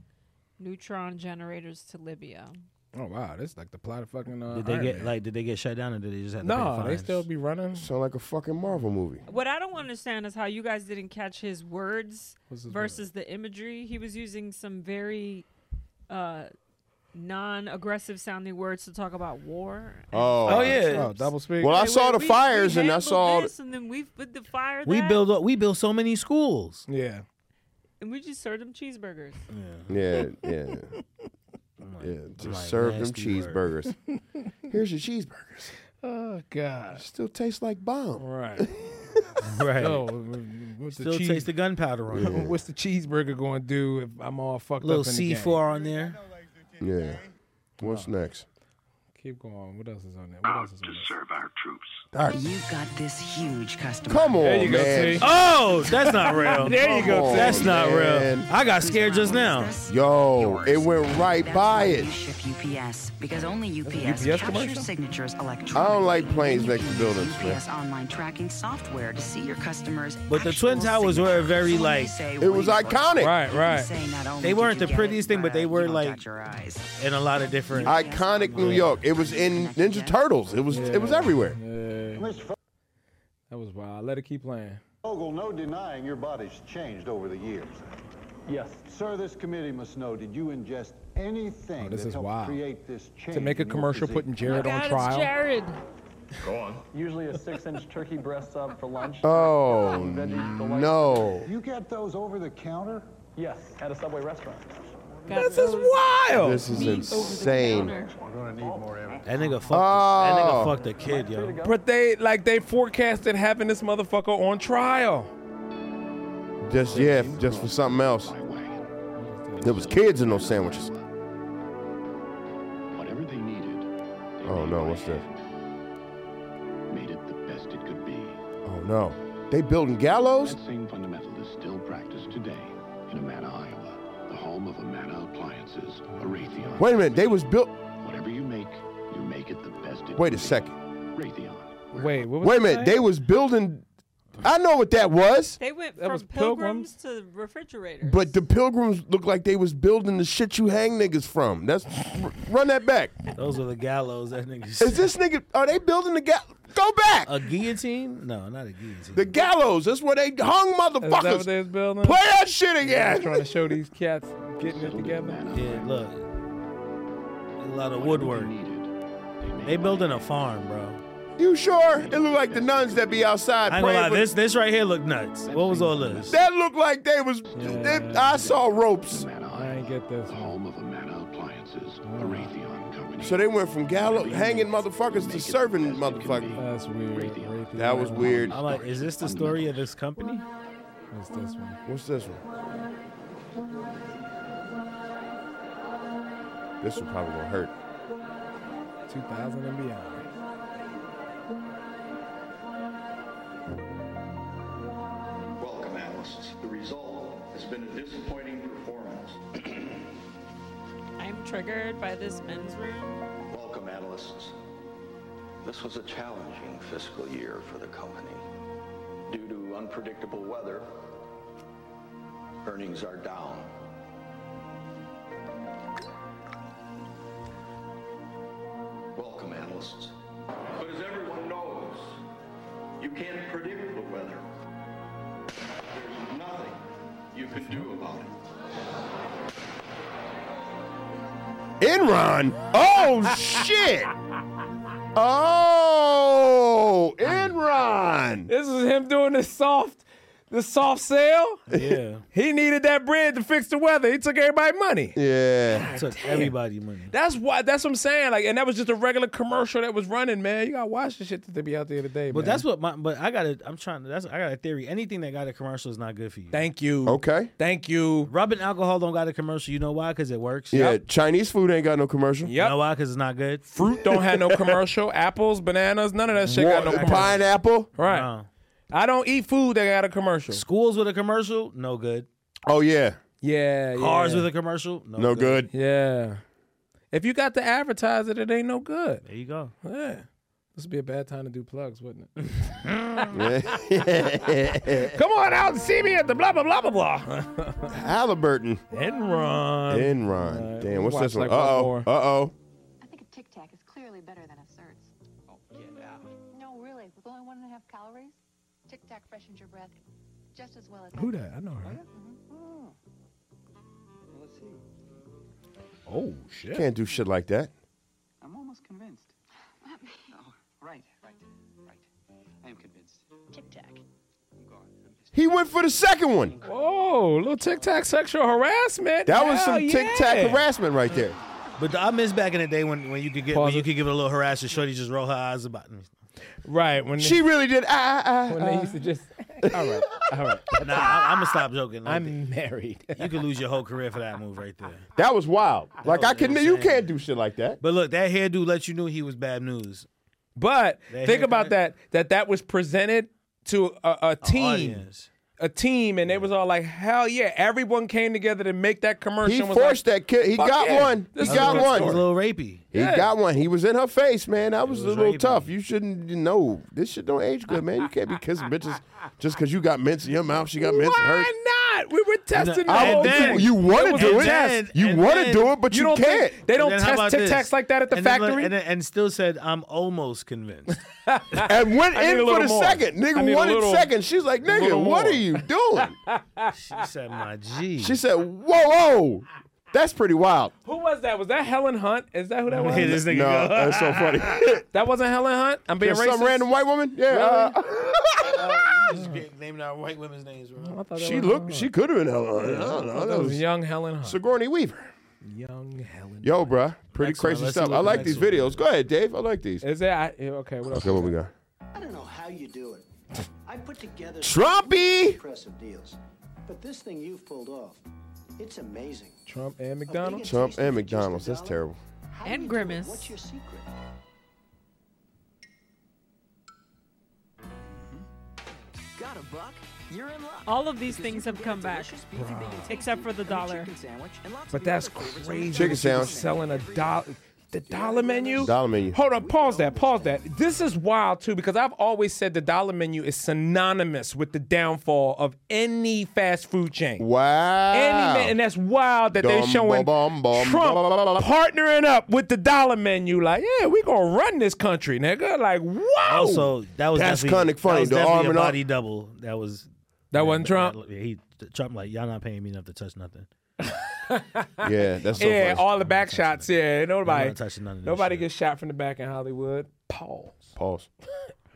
neutron generators to Libya. Oh wow, this is like the plot of fucking. Uh, Did they Iron get Man. like did they get shut down or did they just have to pay No, they fines? still be running. sound like a fucking Marvel movie. What I don't understand is how you guys didn't catch his words What's his versus the imagery. He was using some very uh, non-aggressive sounding words to talk about war. and Oh, Oh, double speak. Well, I They saw were, the "We- fires we and I handled saw. this, and then we put the fire. we that, build we build so many schools. yeah. and we just served them cheeseburgers. Yeah, yeah, yeah. Just serve them nasty word. cheeseburgers. Here's your cheeseburgers. Oh god. Still tastes like bomb. Right. Right. So, what's Still the cheese? taste the gunpowder on it. What's the cheeseburger going to do if I'm all fucked Little up? in C the four on there. Yeah. What's next? game? Keep going. What else is on there? What else is on there? Serve our troops. You've got this huge customer. Come on, There you go, man. T. Oh, that's not real. There you go, Come T. That's not man. real. I got scared just now. Yo, it went right That's by why it. You ship UPS because only UPS, UPS commercial? captures signatures electronically. I don't like planes Then next you to can buildings, use man. UPS online tracking software to see your customers. But the actual Twin Towers were signature. very, So when like- you say, It was "Wait for iconic. Right, You can right. say not only They did weren't you the get prettiest thing, but they you were, don't like- dot your eyes. In a lot of different Iconic New York. It was in Ninja Turtles. It was. It was everywhere. Miss That was wild. Let it keep playing. Fogel, no denying your body's changed over the years. Yes. Sir, this committee must know, did you ingest anything Oh, this that is helped wild. create this change? To make a in your commercial physique? putting Jared on trial. Go on. Usually a six-inch turkey breast sub for lunch. Uh. Oh, Veggies, delight. no. You get those over the counter? Yes, at a Subway restaurant. This is wild. This is insane. We're going to need more evidence. That nigga fucked. Oh. That nigga fucked a kid, yo. But they like they forecasted having this motherfucker on trial. Just yeah, f- just for something else. There was kids in those sandwiches. Whatever they needed, Oh no, what's this? made it the best it could be. Oh no, they building gallows? That same fundamental is still practiced today in Amana, Iowa, the home of Amana Appliances, a Raytheon. Wait a minute, they was built. Whatever you make, you make it the best it Wait a second. Raytheon. Wait, what was Wait a it minute, saying? they was building. I know what that was. They went That was from pilgrims, to refrigerators. But the pilgrims looked like they was building the shit you hang niggas from. That's r- run that back. Those are the gallows. That nigga. Is this nigga? Are they building the gal? Go back. A guillotine? No, not a guillotine. The gallows. That's where they hung Is that motherfuckers. what they was building? Play that shit Yeah, again. trying to show these cats getting it together. Yeah, look. A lot of woodwork. They building a farm, bro. You sure? It looked like the nuns that be outside I ain't gonna praying. lie. for- This this right here look nuts. What was all this? that looked like they was. they- I Oh, saw ropes. I ain't get this. Home of Amana Appliances, a Raytheon company. So they went from gallows hanging motherfuckers to serving motherfuckers. That's weird. That was weird. I'm like, is this the story of this company? What's this one? What's this one? This one probably gonna hurt. 2000 and beyond. Welcome, analysts. The result has been a disappointing performance. I'm triggered by this men's room. Welcome, analysts. This was a challenging fiscal year for the company. Due to unpredictable weather, earnings are down. Welcome, analysts. But as everyone knows, you can't predict the weather. There's nothing you can do about it. Enron. Oh shit. Oh, Enron. This is him doing the soft, the soft sale. Yeah. he needed that bread to fix the weather. He took everybody money. Yeah. Took everybody money. That's why. That's what I'm saying. Like, and that was just a regular commercial that was running, man. You gotta watch the shit that they be out there today. But man. that's what my. But I got to I'm trying to. That's I got a theory. Anything that got a commercial is not good for you. Thank you. Okay. Thank you. Rubbing alcohol don't got a commercial. You know why? Because it works. Yeah, Chinese food ain't got no commercial. You know why? Because it's not good. Fruit don't have no commercial. Apples, bananas, none of that shit got no Water, commercial. Pineapple. Right. I don't eat food that got a commercial. Uh-uh. Schools with a commercial, no good. Oh yeah. Yeah. Cars yeah. with a commercial, no, No good. Yeah. If you got to advertise it, it ain't no good. There you go. Yeah. This would be a bad time to do plugs, wouldn't it? Come on out and see me at the blah blah blah blah blah. Halliburton. Enron. Enron. Damn, what's Watch this one? like Uh one oh. more. Uh oh. Tic Tac is clearly better than a certs. Oh, get out. No, really, with only one and a half calories, Tic Tac freshens your breath just as well as. Who that? I know her. Let's see. Oh shit. Can't do shit like that. I'm almost convinced. Oh, right, right, right. I am convinced. Tic Tac. He went for the second one. Whoa, little tic tac sexual harassment. That was Hell some tic tac yeah. harassment right there. But the- I miss back in the day when, when you could get when you could give it a little harassment. Shorty just roll her eyes about me. Right when She really did. Ah, ah, ah, when they ah. used to just. All right, all right. Nah, I, I'm gonna stop joking. Like, I'm married. you could lose your whole career for that move right there. That was wild. Like I was can. You can't do shit like that. But look, that hairdo let you know he was bad news. But They think had about that. That that was presented to a, a team. audience. A team, and they was all like, "Hell yeah!" Everyone came together to make that commercial. He and was forced like, that kid. He "Fuck got yeah, one. He this is got a good one. It was a little rapey. He Yeah. got one. He was in her face, man. That was, a was little rapey. tough. You shouldn't you know this shit don't age good, man. You can't be kissing bitches just because you got mints in your mouth. She got mints in hers. Why what? We were testing the I whole don't think- thing. you wanna was do a it. test. You And wanna then- do it, but you don't think- can't. they don't And then how test about Tic this? Tacs like that at the And then, like, factory. and, then- and still said, I'm almost convinced. and went I need a in for little the more. second. I need Nigga a wanted little- second. She's like, a nigga, little what are more." you doing? she said, my G. she said, whoa, whoa. That's pretty wild. who was that? Was that Helen Hunt? Is that who that was? hear this nigga No, go. that's so funny. that wasn't Helen Hunt. I'm being Just racist. some random white woman? Yeah. uh, "Ah." Naming our white women's names, bro. she looked, she could have been Helen. I don't know. That was young Helen Hunt. Sigourney Weaver. Young Helen. Yo, bruh. Pretty Next one. crazy Let's stuff. look at I the like next these one. videos. Go ahead, Dave. I like these. Is that I, yeah, okay? What else? Okay, what we got? I don't know how you do it. I put together Trumpy! impressive deals, but this thing you've pulled off, it's amazing. Trump and McDonald's. Trump and McDonald's. That's terrible. and grimace. What's your secret? Got a buck? You're in luck. All of these things have come back, except for the dollar. But that's crazy. Chicken that sandwich. You're selling a dollar. The dollar menu. Dollar menu. Hold on. Pause that. Pause that. This is wild too because I've always said the dollar menu is synonymous with the downfall of any fast food chain. Wow. Any man, and that's wild that they're Dum, showing bum, bum, Trump bum, bum, bum. partnering up with the dollar menu. Like, yeah, we gonna run this country, nigga. Like, wow. Also, that was That's definitely- kinda funny, That was the definitely arm a and arm- body double. That was That wasn't Trump? yeah, he Trump like y'all not paying me enough to touch nothing. Yeah, that's so yeah, funny. all the back shots. Yeah, nobody. not touching none of this nobody gets shot from the back in Hollywood. Pause. Pause.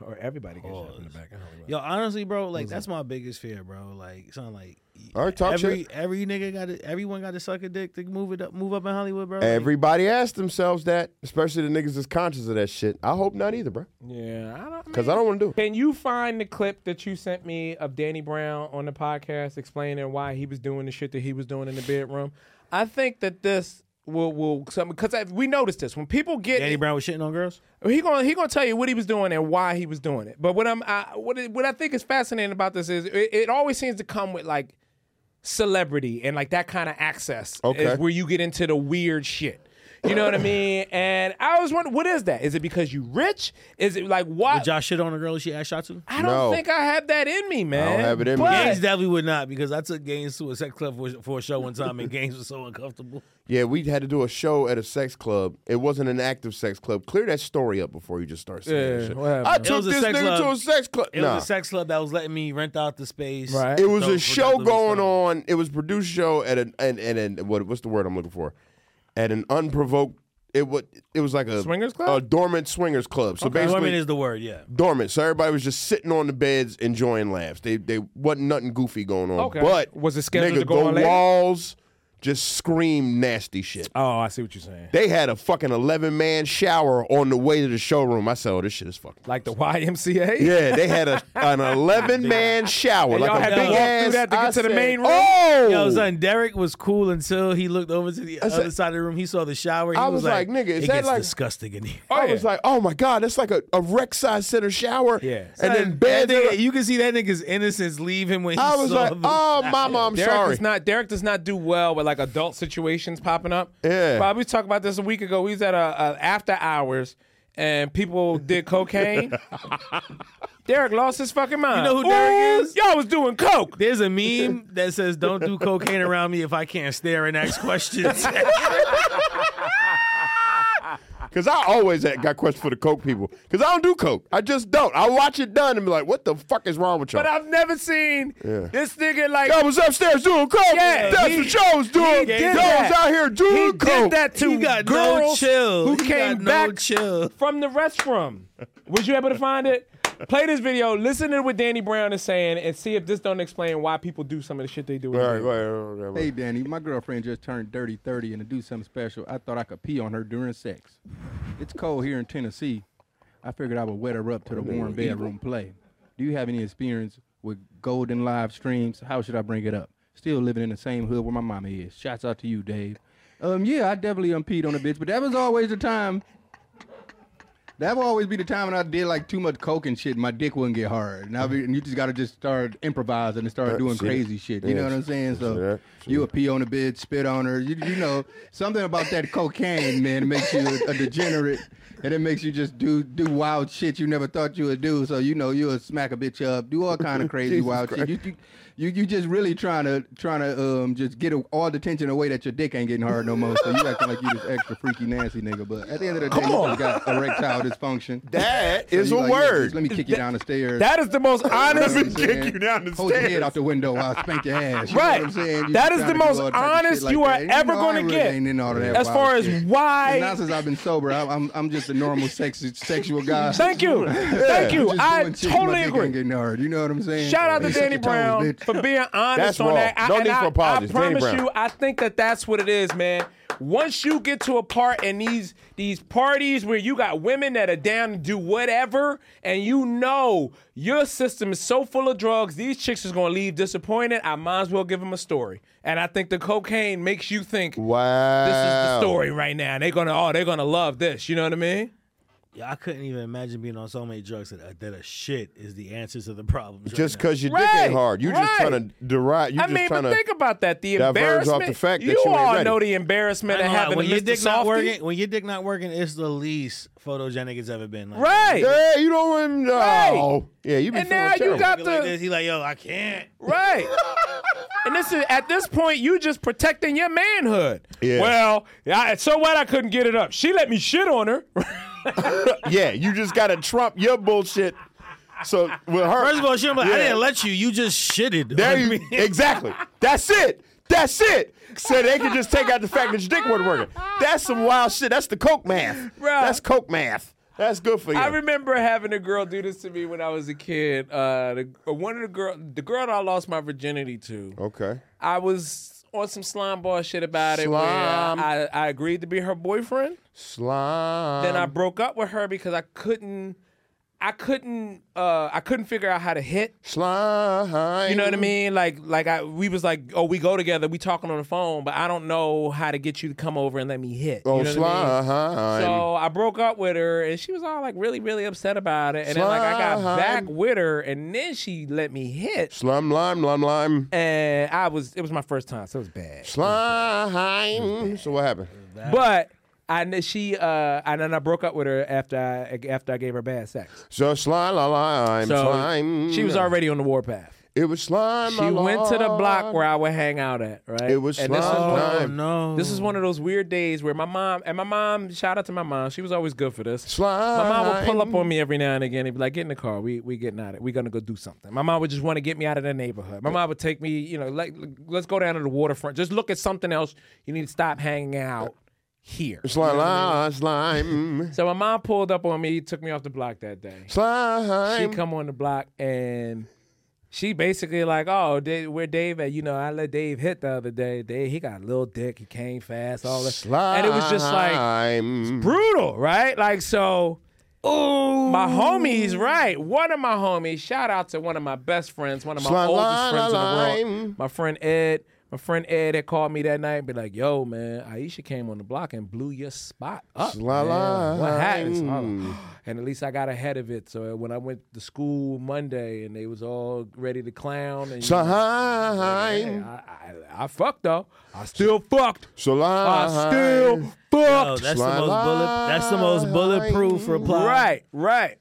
Or everybody gets shot from the back in Hollywood. Yo, honestly, bro, like that's my biggest fear, bro. Like, something like All right, talk every shit. every nigga got to, everyone got to suck a dick to move it up, move up in Hollywood, bro. Like, Everybody asked themselves that, especially the niggas that's conscious of that shit. I hope not either, bro. Yeah, I don't. Because I don't want to do it. Can you find the clip that you sent me of Danny Brown on the podcast explaining why he was doing the shit that he was doing in the bedroom? I think that this will will something because we noticed this when people get Danny Brown was shitting on girls. He gonna he gonna tell you what he was doing and why he was doing it. But what I'm I, what it- what I think is fascinating about this is it, it always seems to come with like celebrity and like that kind of access. Okay. is where you get into the weird shit. You know what I mean? And I was wondering, what is that? Is it because you rich? Is it like why? Would y'all shit on a girl she asked y'all to? I don't think I have that in me, man. have it in me. But- Gaines definitely would not because I took Gaines to a sex club for, for a show one time and Gaines was so uncomfortable. Yeah, we had to do a show at a sex club. It wasn't an active sex club. Clear that story up before you just start saying that Yeah, shit. what happened? I It took was a this sex nigga club. to a sex club. It nah. was a sex club that was letting me rent out the space. Right. It was So, a show productively going stuff. on. It was produced show at an and and, and what what's the word I'm looking for? At an unprovoked. It was it was like a Swingers club? a dormant swingers club. So basically, Women is the word, yeah. dormant. So everybody was just sitting on the beds enjoying laughs. They they wasn't nothing goofy going on. Okay. But Was it scheduled nigga, to go on the later? walls just scream nasty shit. Oh, I see what you're saying. They had a fucking eleven man shower on the way to the showroom. I said, "Oh, this shit is fucking." Like the YMCA. Yeah, they had a, an eleven man shower, And like y'all a had to big walk through ass. that to get I to the said, main room? Oh, Yo, son, Derek was cool until he looked over to the I other said- side of the room. He saw the shower. He I was like, nigga, is it that gets like- disgusting in here? I was like, oh my god, that's like a, a rec size center shower. Yeah. and then Son, bed. that nigga- you can see that nigga's innocence leave him when he I was saw like, the oh shower. mama, I'm Derek sorry. does not Derek does not do well with like adult situations popping up. Yeah. Bob, we talked about this a week ago. We was at a, a after hours and people did cocaine. Derek lost his fucking mind. You know who Derek Ooh, is? Y'all was doing coke. There's a meme that says, "Don't do cocaine around me if I can't stare and ask questions." Cause I always had, got questions for the coke people. Cause I don't do coke. I just don't. I watch it done and be like, what the fuck is wrong with y'all? But I've never seen Yeah. this nigga like I was upstairs doing coke. Yeah, That's he- what y'all was doing. did Y'all that. was out here doing he coke. did that to He got no girls chill. who He came got no back chill. from the restroom. Was you able to find it? Play this video, listen to what Danny Brown is saying, and see if this don't explain why people do some of the shit they do. in All the right, bedroom. all right, all right, all right. Hey, Danny, my girlfriend just turned dirty 30, and to do something special, I thought I could pee on her during sex. It's cold here in Tennessee. I figured I would wet her up to the warm bedroom play. Do you have any experience with golden live streams? How should I bring it up? Still living in the same hood where my mama is. Shouts out to you, Dave. Um, yeah, I definitely um peed on a bitch, but that was always the time That would always be the time when I did like too much coke and shit, and my dick wouldn't get hard, and I be, and you just gotta just start improvising and start Uh, doing see that. crazy shit. You Yeah, know what I'm see- saying? see So that, see you would pee on a bitch, spit on her. You, you know something about that cocaine, man, makes you a, a degenerate, and it makes you just do do wild shit you never thought you would do. So you know you'll smack a bitch up, do all kind of crazy Jesus wild shit. Christ. You, you you you just really trying to trying to um just get all the tension away that your dick ain't getting hard no more. So you acting like you this extra freaky nasty nigga. But at the end of the day, Come you on. just got erectile dysfunction. That That is is a word. let me kick you That- down the stairs. that is the most You know what honest- I'm Let me kick saying? you down the Hold your head stairs. out the window. I'll spank your ass. You know Right. what I'm saying? You That just is trying the to do most all type of shit honest you are that. know, ever I gonna really get. ain't in all of that As wild far as shit. why- And now since I've been sober, I, I'm I'm just a normal sex, sexual guy. Thank you. Yeah. Thank you. Just I doing shit, my totally dick ain't agree. Getting hard. You know what I'm saying? Shout out to You suck Danny your toes, Brown bitch. for being honest That's on wrong. that. No and need for I, apologies. Danny I promise Brown. you, I think that that's what it is, man. Once you get to a part in these these parties where you got women that are down to do whatever, and you know your system is so full of drugs, these chicks is gonna leave disappointed. I might as well give them a story. And I think the cocaine makes you think, wow, this is the story right now. And they're gonna, oh, they're gonna love this. You know what I mean? Yeah, I couldn't even imagine being on so many drugs that that a shit is the answer to the problems. Just because your dick Right, ain't hard, you just right. trying to deride. You I just mean, trying but to think about that. The diverge embarrassment. off the fact that you, you ain't all ready. know the embarrassment of Ain't gonna lie, having when a your Mr. dick not Softy. working, when your dick not working, it's the least photogenic it's ever been. Like, Right. Yeah, you don't even know. Right. Yeah, you be And feeling now you terrible. got Be like the- this, he like, yo, I can't. Right. and this is at this point you just protecting your manhood. Yeah. Well, I, so what? I couldn't get it up. She let me shit on her. yeah, you just gotta trump your bullshit. So with her, First of all, she don't be like, I Yeah. didn't let you. You just shitted. There on you me." exactly. That's it. That's it. So they can just take out the fact that your dick wasn't working. That's some wild shit. That's the coke math. That's coke math. That's good for you. I remember having a girl do this to me when I was a kid. Uh, the, uh, one of the girl, the girl that I lost my virginity to. okay. I was on some slime ball shit about it. Slime. Where I, I agreed to be her boyfriend. Slime. then I broke up with her because I couldn't. I couldn't. Uh, I couldn't figure out how to hit. Slime. You know what I mean? Like, like I we was like, oh, we go together. We talking on the phone, but I don't know how to get you to come over and let me hit. You Oh, know what I mean? slime. So I broke up with her, and she was all like really, really upset about it. And then like I got Slime. back with her, and then she let me hit, Slime, lime, lime, lime. and I was it was my first time, so it was bad. Slime. So what happened? But I kn- she uh, and then I broke up with her after I after I gave her bad sex. So slime, lime, So slime. she was already on the warpath. It was slime. She went to the block where I would hang out at, right? It was and this is slime one, time. Oh, no. This is one of those weird days where my mom and my mom, shout out to my mom, she was always good for this. My mom would pull up on me every now and again and be like, "Get in the car, we we getting out of, we gonna go do something." My mom would just want to get me out of the neighborhood. My mom would take me, you know, like let's go down to the waterfront, just look at something else. You need to stop hanging out here. Slime, lime, slime. So my mom pulled up on me, took me off the block that day. Slime. She come on the block and she basically like, oh, Da- where Dave at? You know, I let Dave hit the other day. Dave, he got a little dick. He came fast, all that. And it was just like Slime. brutal, right? Like so. Oh, my homies, right? One of my homies. Shout out to one of my best friends, one of my Slime, oldest friends in the lime. world. My friend Ed. My friend Ed had called me that night and be like, "Yo, man, Aisha came on the block and blew your spot up. man. What Mm. happens?" Slime. And at least I got ahead of it. So when I went to school Monday and they was all ready to clown and Slime. I, I, I fucked though. I still fucked. Slime. I Uh, still fucked. Uh-huh. Yo, that's the most bullet. That's the most bulletproof reply. Right, right,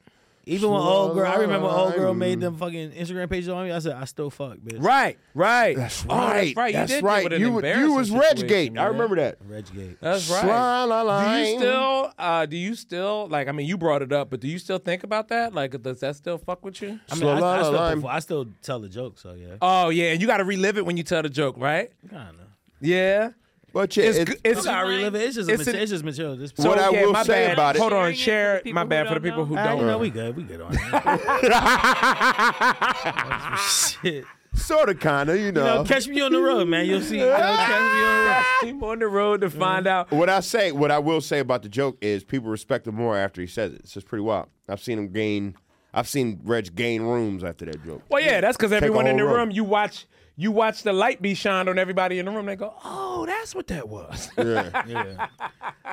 Even when old girl, I remember old girl made them fucking Instagram pages on me. I said, I still fuck, bitch. right, right. That's Oh, right. that's right. You That's did deal right. with an You were- you embarrassing was Reg situation, Gate. I man. remember that. Reggate. That's right. Sla-la-la-ing. Do you still? Uh, do you still like? I mean, you brought it up, but do you still think about that? Like, does that still fuck with you? I mean, I, I, still Slime. perform- I still tell the joke, so yeah. Oh yeah, and you got to relive it when you tell the joke, right? Kinda. Yeah. But yeah, It's it's, good- it's- It's, I relive it. It's just, It's it's, an- it's just material. At this point. So, What I yeah, will my say bad. about it- Hold on, Sharing it share it. My who bad for the don't people who Ah, don't. you know, know. we good. We good on that. Shit. sort of, kind of, you You know, know. catch me on the road, man. You'll see. You know, catch me on the road. I'm on the road to find out. What I say, what I will say about the joke is people respect him more after he says it. It's just pretty wild. I've seen him gain I've seen Reg gain rooms after that joke. Well, yeah, that's because Take a everyone in the whole room, you watch you watch the light be shined on everybody in the room. They go, oh, that's what that was. Yeah. yeah.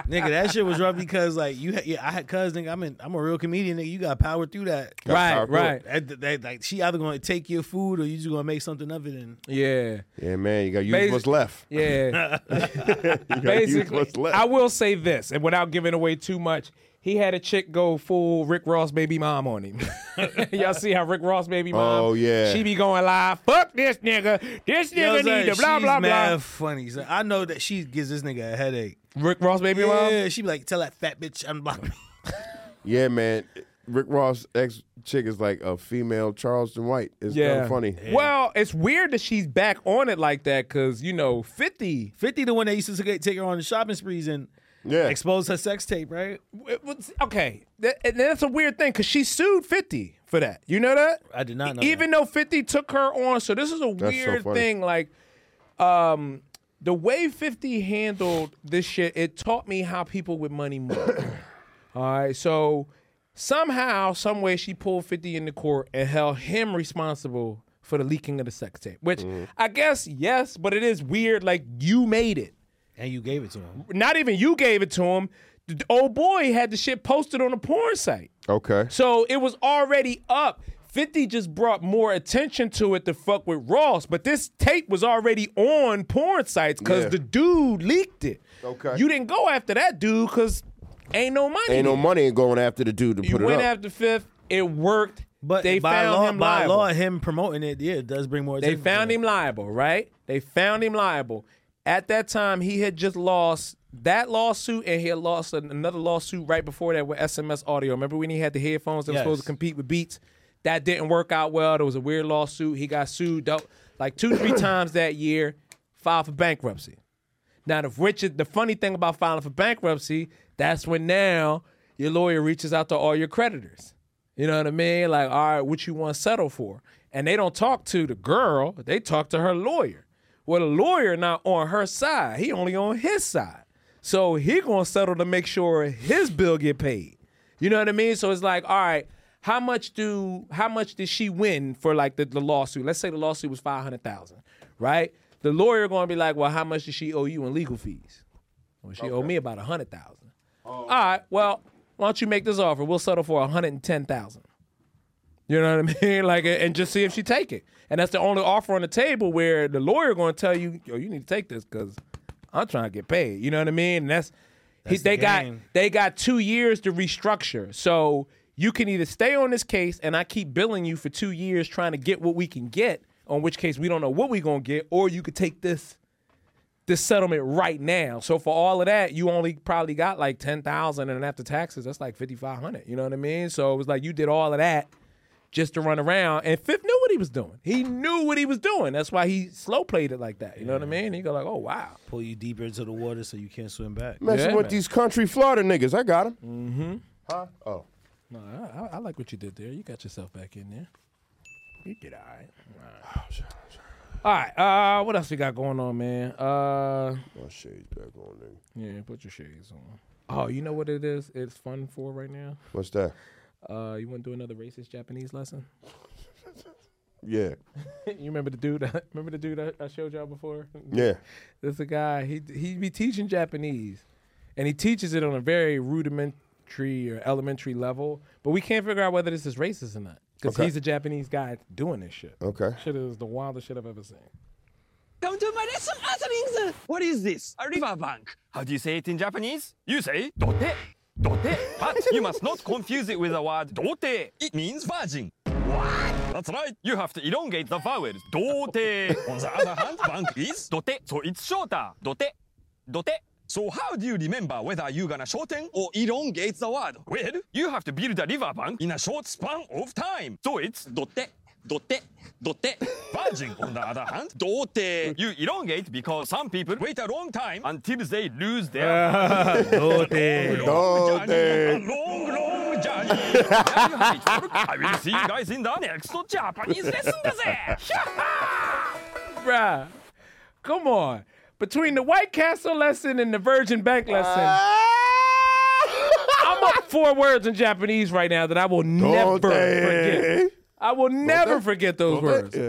nigga, that shit was rough because like you, had, yeah, I had cuz nigga, I'm in, I'm a real comedian, nigga. You got power through that, Gotta Right, power through right. it. That- that- like she either gonna take your food or you just gonna make something of it. And Yeah. Yeah, man, you got to use Basi- what's left. Yeah. You gotta use Basically, what's left. I will say this, and without giving away too much, he had a chick go full Rick Ross baby mom on him. Y'all see how Rick Ross baby mom? Oh, yeah. She be going live. Fuck this nigga. This You know nigga what I'm saying? need to blah She's blah mad blah. Funny. So I know that she gives this nigga a headache. Rick Ross baby yeah, mom? Yeah, she be like, tell that fat bitch unblock me. Yeah, man. Rick Ross ex chick is like a female Charleston White. It's kind of funny. Well, it's weird that she's back on it like that because you know fifty. Fifty, the one that used to take take her on the shopping sprees and yeah. expose her sex tape, right? Okay, that, and that's a weird thing because she sued fifty for that. You know that? I did not know. Even though fifty took her on, so this is a That's so weird funny. thing. Like, um, the way fifty handled this shit, it taught me how people with money move. All right, so somehow, some way, she pulled fifty into court and held him responsible for the leaking of the sex tape. Which Mm. I guess yes, but it is weird. Like you made it, and you gave it to him. Not even you gave it to him. The the old boy had the shit posted on a porn site. Okay. So it was already up. 50 just brought more attention to it to fuck with Ross, but this tape was already on porn sites because Yeah. the dude leaked it. Okay. You didn't go after that dude because ain't no money. Ain't no there. money in going after the dude to You put it went up. after fifth, it worked. But they by found law, him by liable. law, him promoting it, yeah, it does bring more. They attention to found him liable, right? They found him liable. At that time, he had just lost that lawsuit, and he had lost an- another lawsuit right before that with SMS Audio. Remember when he had the headphones that were supposed Yes. to compete with Beats? That didn't work out well. There was a weird lawsuit. He got sued though, like two, three times that year. Filed for bankruptcy. Now, if Richard, the funny thing about filing for bankruptcy, that's when now your lawyer reaches out to all your creditors. You know what I mean? Like, all right, what you want to settle for? And they don't talk to the girl; they talk to her lawyer. Well, the lawyer not on her side; he only on his side. So he gonna settle to make sure his bill get paid. You know what I mean? So it's like, all right, how much do how much did she win for like the, the lawsuit? Let's say the lawsuit was five hundred thousand, right? The lawyer gonna be like, well, how much did she owe you in legal fees? Well, she owed me about a hundred thousand. All right, well, why don't you make this offer? We'll settle for a hundred and ten thousand. You know what I mean? Like, and just see if she take it. And that's the only offer on the table where the lawyer going to tell you, yo, you need to take this because I'm trying to get paid. You know what I mean? And that's, he, the they got game. they got two years to restructure. So you can either stay on this case and I keep billing you for two years trying to get what we can get. On which case we don't know what we gonna get, or you could take this this settlement right now. So for all of that, you only probably got like ten thousand, and after taxes, that's like fifty five hundred. You know what I mean? So it was like you did all of that just to run around, and Fifth knew what he was doing. He knew what he was doing. That's why he slow played it like that. You know what I mean? And you go like, oh wow. Pull you deeper into the water so you can't swim back. Messing with these country Florida niggas. I got him. Mm-hmm. Huh? Oh. No, I, I- I like what you did there. You got yourself back in there. You did all right. All right. Uh, what else we got going on, man? Uh, My shades Oh, back on, nigga. Yeah, put your shades on. Oh, you know what it is? It's fun for right now. What's that? Uh, you want to do another racist Japanese lesson? Yeah. you remember the dude? Remember the dude I, I showed y'all before? Yeah. There's a guy. He he be teaching Japanese, and he teaches it on a very rudimentary or elementary level. But we can't figure out whether this is racist or not because Okay. Oh. he's a Japanese guy doing this shit. Okay. Shit is the wildest shit I've ever seen. Come to my lesson, Earthlings! What is this? A riverbank. How do you say it in Japanese? You say dote, dote, but you must not confuse it with the word dote. It means virgin. What? That's right. You have to elongate the vowels. Dote. On the other hand, bank is dote, so it's shorter. Dote, dote. So how do you remember whether you're gonna shorten or elongate the word? Well, you have to build a riverbank in a short span of time. So it's dote. Dote, dote. Virgin, on the other hand, dote. You elongate because some people wait a long time until they lose their. Dote. Long journey, Dote. Long, long journey. There you have it, folk. I will see you guys in the next Japanese lesson. だぜ Bruh, come on. Between the White Castle lesson and the Virgin Bank lesson, I'm up top four words in Japanese right now that I will never forget. I will never forget those words. Yeah.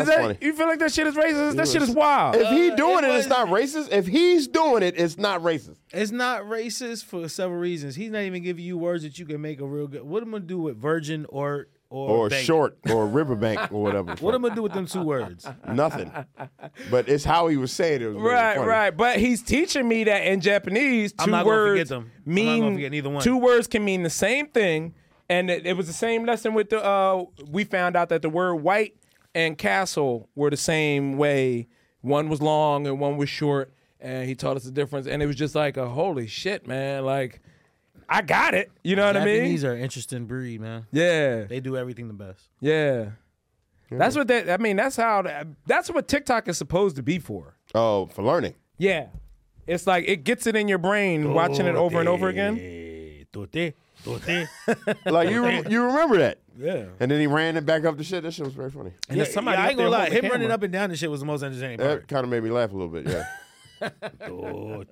Is That's that, funny. You Uh, feel like that shit is racist? that was- shit is wild. If he doing it, it's not racist. If he's doing it, it's not racist. It's not racist for several reasons. He's not even giving you words that you can make a real good. What am I gonna do with virgin or or, Or bank? short, or riverbank, or whatever. What am I gonna do with them two words? Nothing. But it's how he was saying it. Was really Right, funny. right. But he's teaching me that in Japanese, 2 I'm not gonna forget words them. I'm not mean gonna forget neither one. two words can mean the same thing, and it, it was the same lesson with the. Uh, we found out that the word white and castle were the same way. One was long and one was short, and he taught us the difference. And it was just like a holy shit, man! Like I got it. You know what I mean? Japanese are an interesting breed, man. Yeah. They do everything the best. Yeah. That's what that. I mean, that's how. That's what TikTok is supposed to be for. Oh, for learning. Yeah. It's like it gets it in your brain watching it over and Oh, over again. Like you, re- you remember that? Yeah. And then he ran it back up the shit. That shit was very funny. Yeah, yeah, I ain't gonna lie. Him running up and down and shit was the most entertaining part. That kind of made me laugh a little bit. Yeah.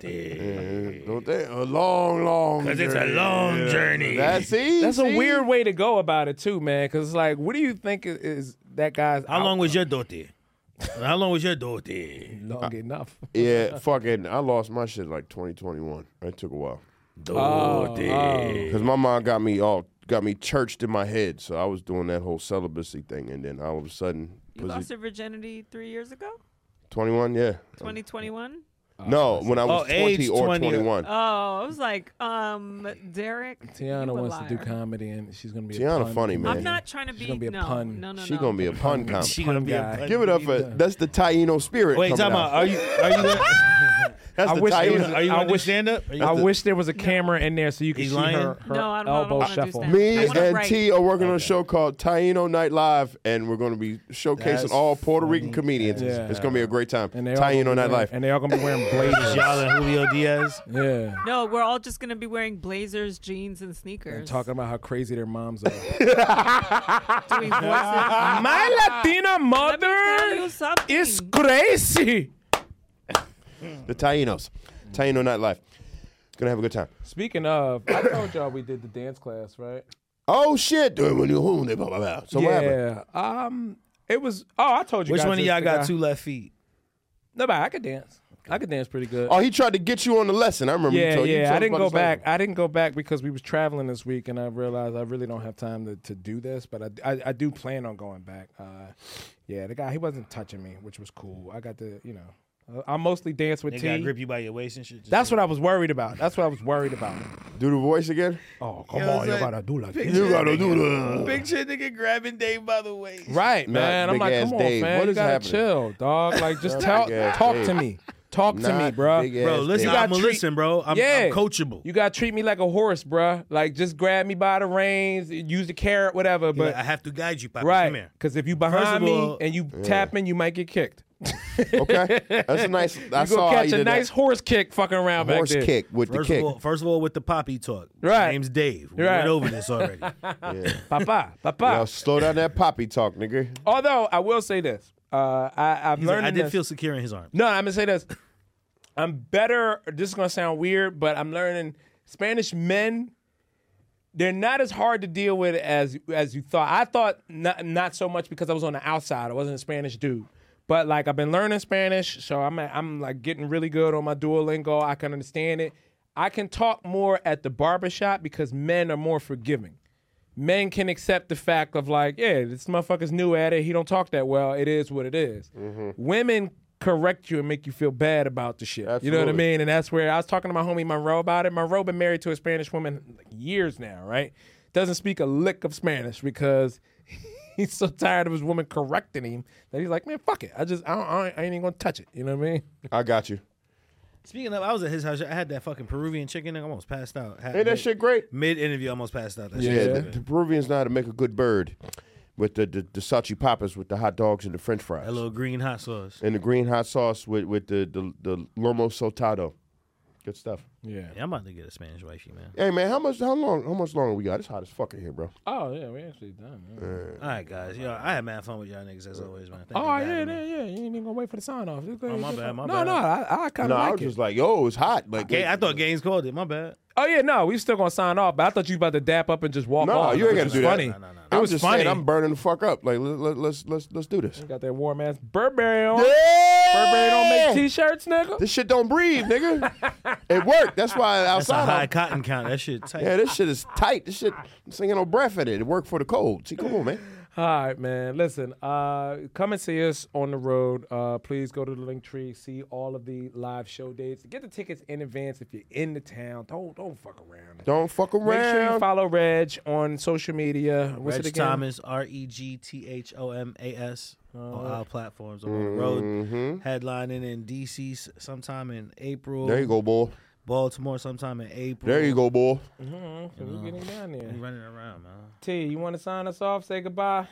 Yeah, Don't they? A long, long. Because it's a long Yeah. journey. That's see. That's see? a weird way to go about it too, man. Because it's like, what do you think is, is that guy's? How long was your daughter? How long was your daughter? Long enough. Yeah, fucking. I lost my shit like 2021. It took a while. Oh, oh. Because my mom got me all got me churched in my head, so I was doing that whole celibacy thing, and then all of a sudden, You was lost it your virginity three years ago, 21? Yeah. 2021. No, when I was Oh, age 20 or 20. 21. Oh, I was like, um, Derek. you Tiana a wants to do liar. comedy, and she's gonna be Tiana a pun. funny, man. I'm not trying to be. She's gonna be a no, pun. No, no, She no. gonna be a pun comp. She gonna be a pun Give it up for that's the Taino spirit. Wait, coming time out. out. Are you are you gonna, That's I the wish, Taino. there was, Are you I gonna do wish stand up? Are you I gonna do- wish there was a camera in there so you could He's see lying? her, her No, I don't- I don't elbow wanna do shuffle. stand-up. Me I wanna and write. T are working on a show called Taino Night Live, and we're going to be showcasing That's all Puerto Rican comedians. It's going to be a great time. they all gonna Taino be Night wearing- Live. and they all gonna be wearing blazers. Y'all and Julio Diaz. Yeah. No, we're all just gonna be wearing blazers, jeans, and sneakers. And talking about how crazy their moms are. Doing voices. My Latina tell mother you something. is crazy. The Tainos. Taino Night Live. Going to have a good time. Speaking of, I told y'all we did the dance class, right? Oh, shit. So what happened? yeah. Um, it was. Oh, I told you. Which guys one of this, y'all the got guy- two left feet? Nobody. I could dance. I could dance pretty good. Oh, he tried to get you on the lesson. I remember you yeah, told you told yeah. I us didn't about go this lesson. back. I didn't go back because we was traveling this week, and I realized I really don't have time to, to do this. But I, I, I do plan on going back. Uh, yeah, the guy he wasn't touching me, which was cool. I got to you know, I I mostly dance with They T. gotta grip you by your waist and shit. Just That's what I was worried about. That's what I was worried about. Do the voice again? Oh, come Yeah, on, it's you like- gotta do like this. You got to do the. Picture nigga grabbing Dave by the waist. Right, Not man. I'm big like, ass come on, Dave. man. What you is gotta happening? chill, dog. Like, just Not tell, big ass talk to Dave. me, talk to me, Not bro. big ass Bro, listen, you gotta I'ma treat- listen, bro. I'm- I'm coachable. You gotta treat me like a horse, bro. Like, just grab me by the reins, use the carrot, whatever. But But I have to guide you, Papa. Come right, here. because if you First of behind me all- and you tapping, you might get kicked. Okay. That's a nice. I You gonna saw how you catch a did nice that. horse kick, fucking around horse back there. kick with First the kick. of all, first of all, with the poppy talk. Right. My name's Dave. We Right. went over this already. Yeah. Papa, papa. Now slow down that poppy talk, nigga. Although I will say this, uh, I, I've He's like, learned. I in did this- feel secure in his arm. No, I'm gonna say this. I'm better. This is gonna sound weird, but I'm learning Spanish men. They're not as hard to deal with as as you thought. I thought not not so much because I was on the outside. I wasn't a Spanish dude, but like I've been learning Spanish, so I'm I'm like getting really good on my Duolingo. I can understand it. I can talk more at the barbershop because men are more forgiving men can accept the fact of like, yeah, this motherfucker's new at it. He don't talk that well. It is what it is. Mm-hmm. Women correct you and make you feel bad about the shit. You know what I Absolutely. mean? And that's where I was talking to my homie Monroe about it. Monroe been married to a Spanish woman like years now, right? Doesn't speak a lick of Spanish because he's so tired of his woman correcting him that he's like, man, fuck it. I just I, don't, I, ain't, I ain't even gonna touch it. You know what I mean? I got you. Speaking of, I was at his house. I had that fucking Peruvian chicken. I almost passed out. Had- Ain't that shit great? Mid interview, almost passed out. That Yeah, shit. the, the Peruvians know how to make a good bird with the, the, the sachi papas with the hot dogs and the french fries. That little green hot sauce. And the green hot sauce with, with the, the, the lomo soltado. Good stuff. Yeah. Yeah, I'm about to get a Spanish wifey, man. Hey man, how much how long how much longer we got? It's hot as fuck in here, bro. Oh yeah, we actually done. Yeah. All right, guys. Yo, I had mad fun with y'all niggas as always, man. Thank you Oh for yeah, having me. yeah, yeah. You ain't even gonna wait for the sign off. Oh, my bad, my no, bad. no, I, I kind no, of I like was it. just like, yo, it's hot. Like Ga- I thought Gaines called it. My bad. Oh yeah, no, we still gonna sign off. But I thought you about to dap up and just walk No, off. you ain't which gotta is do that. funny. No, no, no, no. It I'm was just funny. saying, I'm burning the fuck up. Like let, let, let's let's let's do this. got that warm ass Burberry on. Burberry don't make t-shirts, nigga. This shit don't breathe, nigga. it worked. That's why That's a outside. high I'm- cotton count. That shit tight. yeah, this shit is tight. This shit, this ain't got no breath in it. It worked for the cold. See, come on, man. All right, man. Listen, uh, come and see us on the road. Uh, please go to the link tree, see all of the live show dates. Get the tickets in advance if you're in the town. Don't don't fuck around. Don't fuck around. Make sure you follow Reg on social media. What's Reg it again? Thomas, R E G T H O M A S, on Uh, all platforms. I'm on the road, headlining in DC s- sometime in April. Mm-hmm. There you go, boy. Baltimore sometime in April. There you go, boy. Mhm, so we're getting down there. We running around, man. T, you want to sign us off? Say goodbye.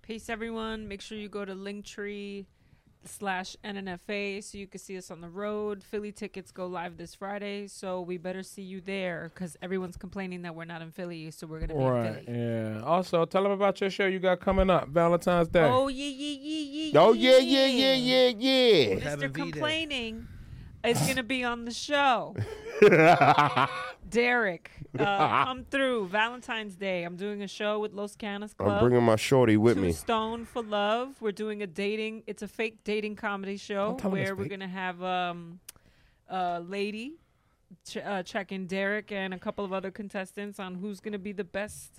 Peace, everyone. Make sure you go to Linktree slash NNFA so you can see us on the road. Philly tickets go live this Friday, so we better see you there because everyone's complaining that we're not in Philly, so we're going to be in Philly. Right. Yeah. Also, tell them about your show you got coming up, Valentine's Day. Oh, yeah, yeah, yeah, yeah. Oh, yeah, yeah, yeah, yeah, yeah. Mr. Having V Day. Complaining is going to be on the show. Derek, uh, come through Valentine's Day. I'm doing a show with Los Canas Club. I'm bringing my shorty with me. Stone for Love. We're doing a dating. It's a fake dating comedy show Don't tell 'em it's where we're fake. gonna have um, a lady ch- uh, checking Derek and a couple of other contestants on who's gonna be the best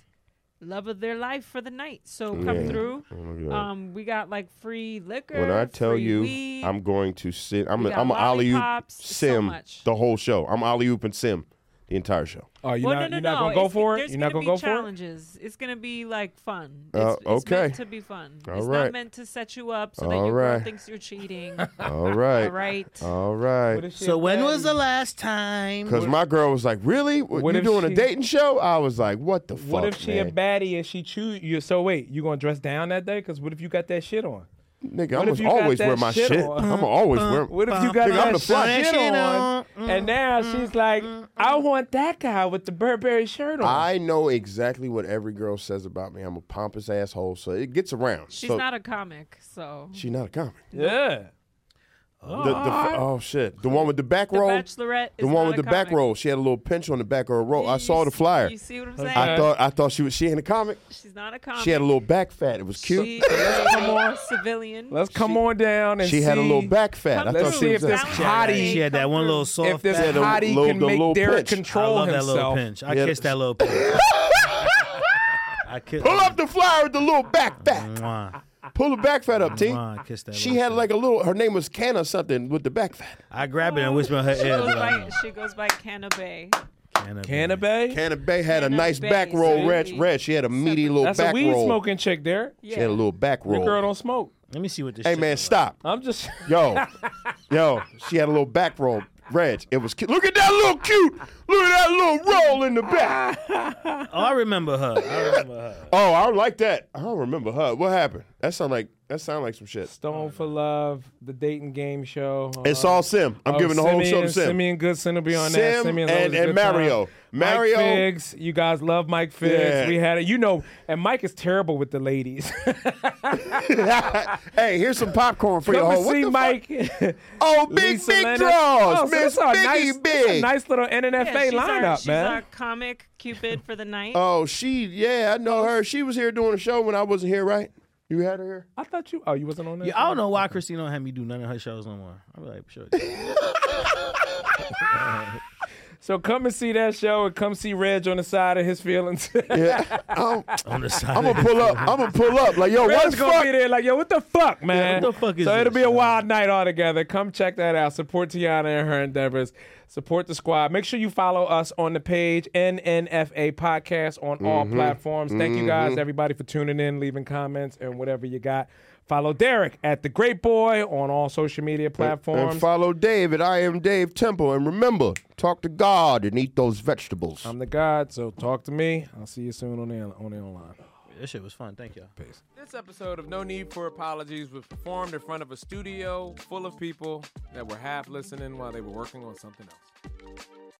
love of their life for the night. So come Yeah. through. Oh my God. um, we got like free liquor. When I tell free you, weed. I'm going to sit. I'm We a, got I'm a alley oop lollipops, so sim much. the whole show. I'm alley oop and sim the entire show. Oh, you're Well, not, no, no, you're not no. gonna go It's- for it. there's You're not gonna gonna be go for it. challenges. It's gonna be like fun. Uh, It's, it's okay. meant to be fun. All it's right. not meant to set you up so that All your right. girl thinks you're cheating. All right. Uh, All right. All right. So when was the last time? Because my girl was like, "Really? What you if doing she- a dating show?" I was like, "What the fuck?" What if she man? a baddie and she choose you? So wait, you gonna dress down that day? Cause what if you got that shit on? Nigga, What I'ma if you got always that wear my shit. on? I'ma always wear- What if you got Nigga, that I'm the fly. shit, That shit Mm, on? And now she's like, I want that guy with the Burberry shirt on. I know exactly what every girl says about me. I'm a pompous asshole, so it gets around. She's So- not a comic, so She's not a comic. Yeah. The, the, oh shit! The one with the back roll. Bachelorette The is one not with the a back comic. roll. She had a little pinch on the back of her roll. I saw the flyer. you see what I'm saying? I thought I thought she was. She ain't a comic. she's not a comic. She had a little back fat. It was cute. She is come a civilian. Let's come on down and she had a little back fat. I Let's thought she see if was this a- hottie. She had that one little soft. If this fat- hottie can make Derek I control love himself. that little pinch. I Yeah. kissed that little pinch. I kissed. Pull up the flyer with the little back fat. Mwah. Pull the back fat up, T. Mwah. I kissed that. She little had like a little. Her name was Canna something with the back fat. I grab it and whisper in her She ear. goes like, by she goes by Canabay. Canna Bay. Canna Bay had a nice Bay, back roll. so Red, we- red. She had a meaty little That's back a weed roll. smoking chick, Derek. She had a little back Your roll. girl don't smoke. Let me see what this. Hey man, stop. I'm just Yo, yo, she had a little back roll. Reg, it was cute. Look at that little cute. Look at that little roll in the back. Oh, I remember her. I remember her. Oh, I like that. I don't remember her. What happened? That sound like that sound like some shit. Stone for Love, the dating game show. Oh, It's all Sim. I'm giving the whole show to Sim. Simeon Goodson will be on that. Sim Simeon and- Lowe's and good time. Mario. Mario- Mike Figs. You guys love Mike Figs. Yeah. We had it. You know, and Mike is terrible with the ladies. hey, here's some popcorn for Come your and hole. What see the Mike. Oh, big Lisa big Leonard. draws. Oh, so that's Miss a Biggie nice, that's a Big. nice little Yeah, NNFA she's lineup, our, she's man. our comic cupid for the night. Oh, she. Yeah, I know her. She was here doing a show when I wasn't here, right? You had her here. I thought you. Oh, you wasn't on that. Yeah, I don't know why Christina don't have me do none of her shows no more. I'm like, sure. So come and see that show and come see Reg on the side of his feelings. yeah, I'm, on the side. I'm gonna pull up. I'm gonna pull up. Like yo, what Red's the gonna fuck? be there like, yo, what the fuck, man? what the fuck is so it'll be this, a wild night altogether. Come check that out. Support Tiana and her endeavors. Support the squad. Make sure you follow us on the page, NNFA Podcast, on all Mhm. platforms. Thank you guys, Mhm. everybody, for tuning in, leaving comments, and whatever you got. Follow Derek at The Great Boy on all social media platforms. And follow David. I am Dave Temple. And remember, talk to God and eat those vegetables. I'm the God, so talk to me. I'll see you soon on the, on the online. This shit was fun. Thank y'all. Peace. This episode of No Need for Apologies was performed in front of a studio full of people that were half listening while they were working on something else.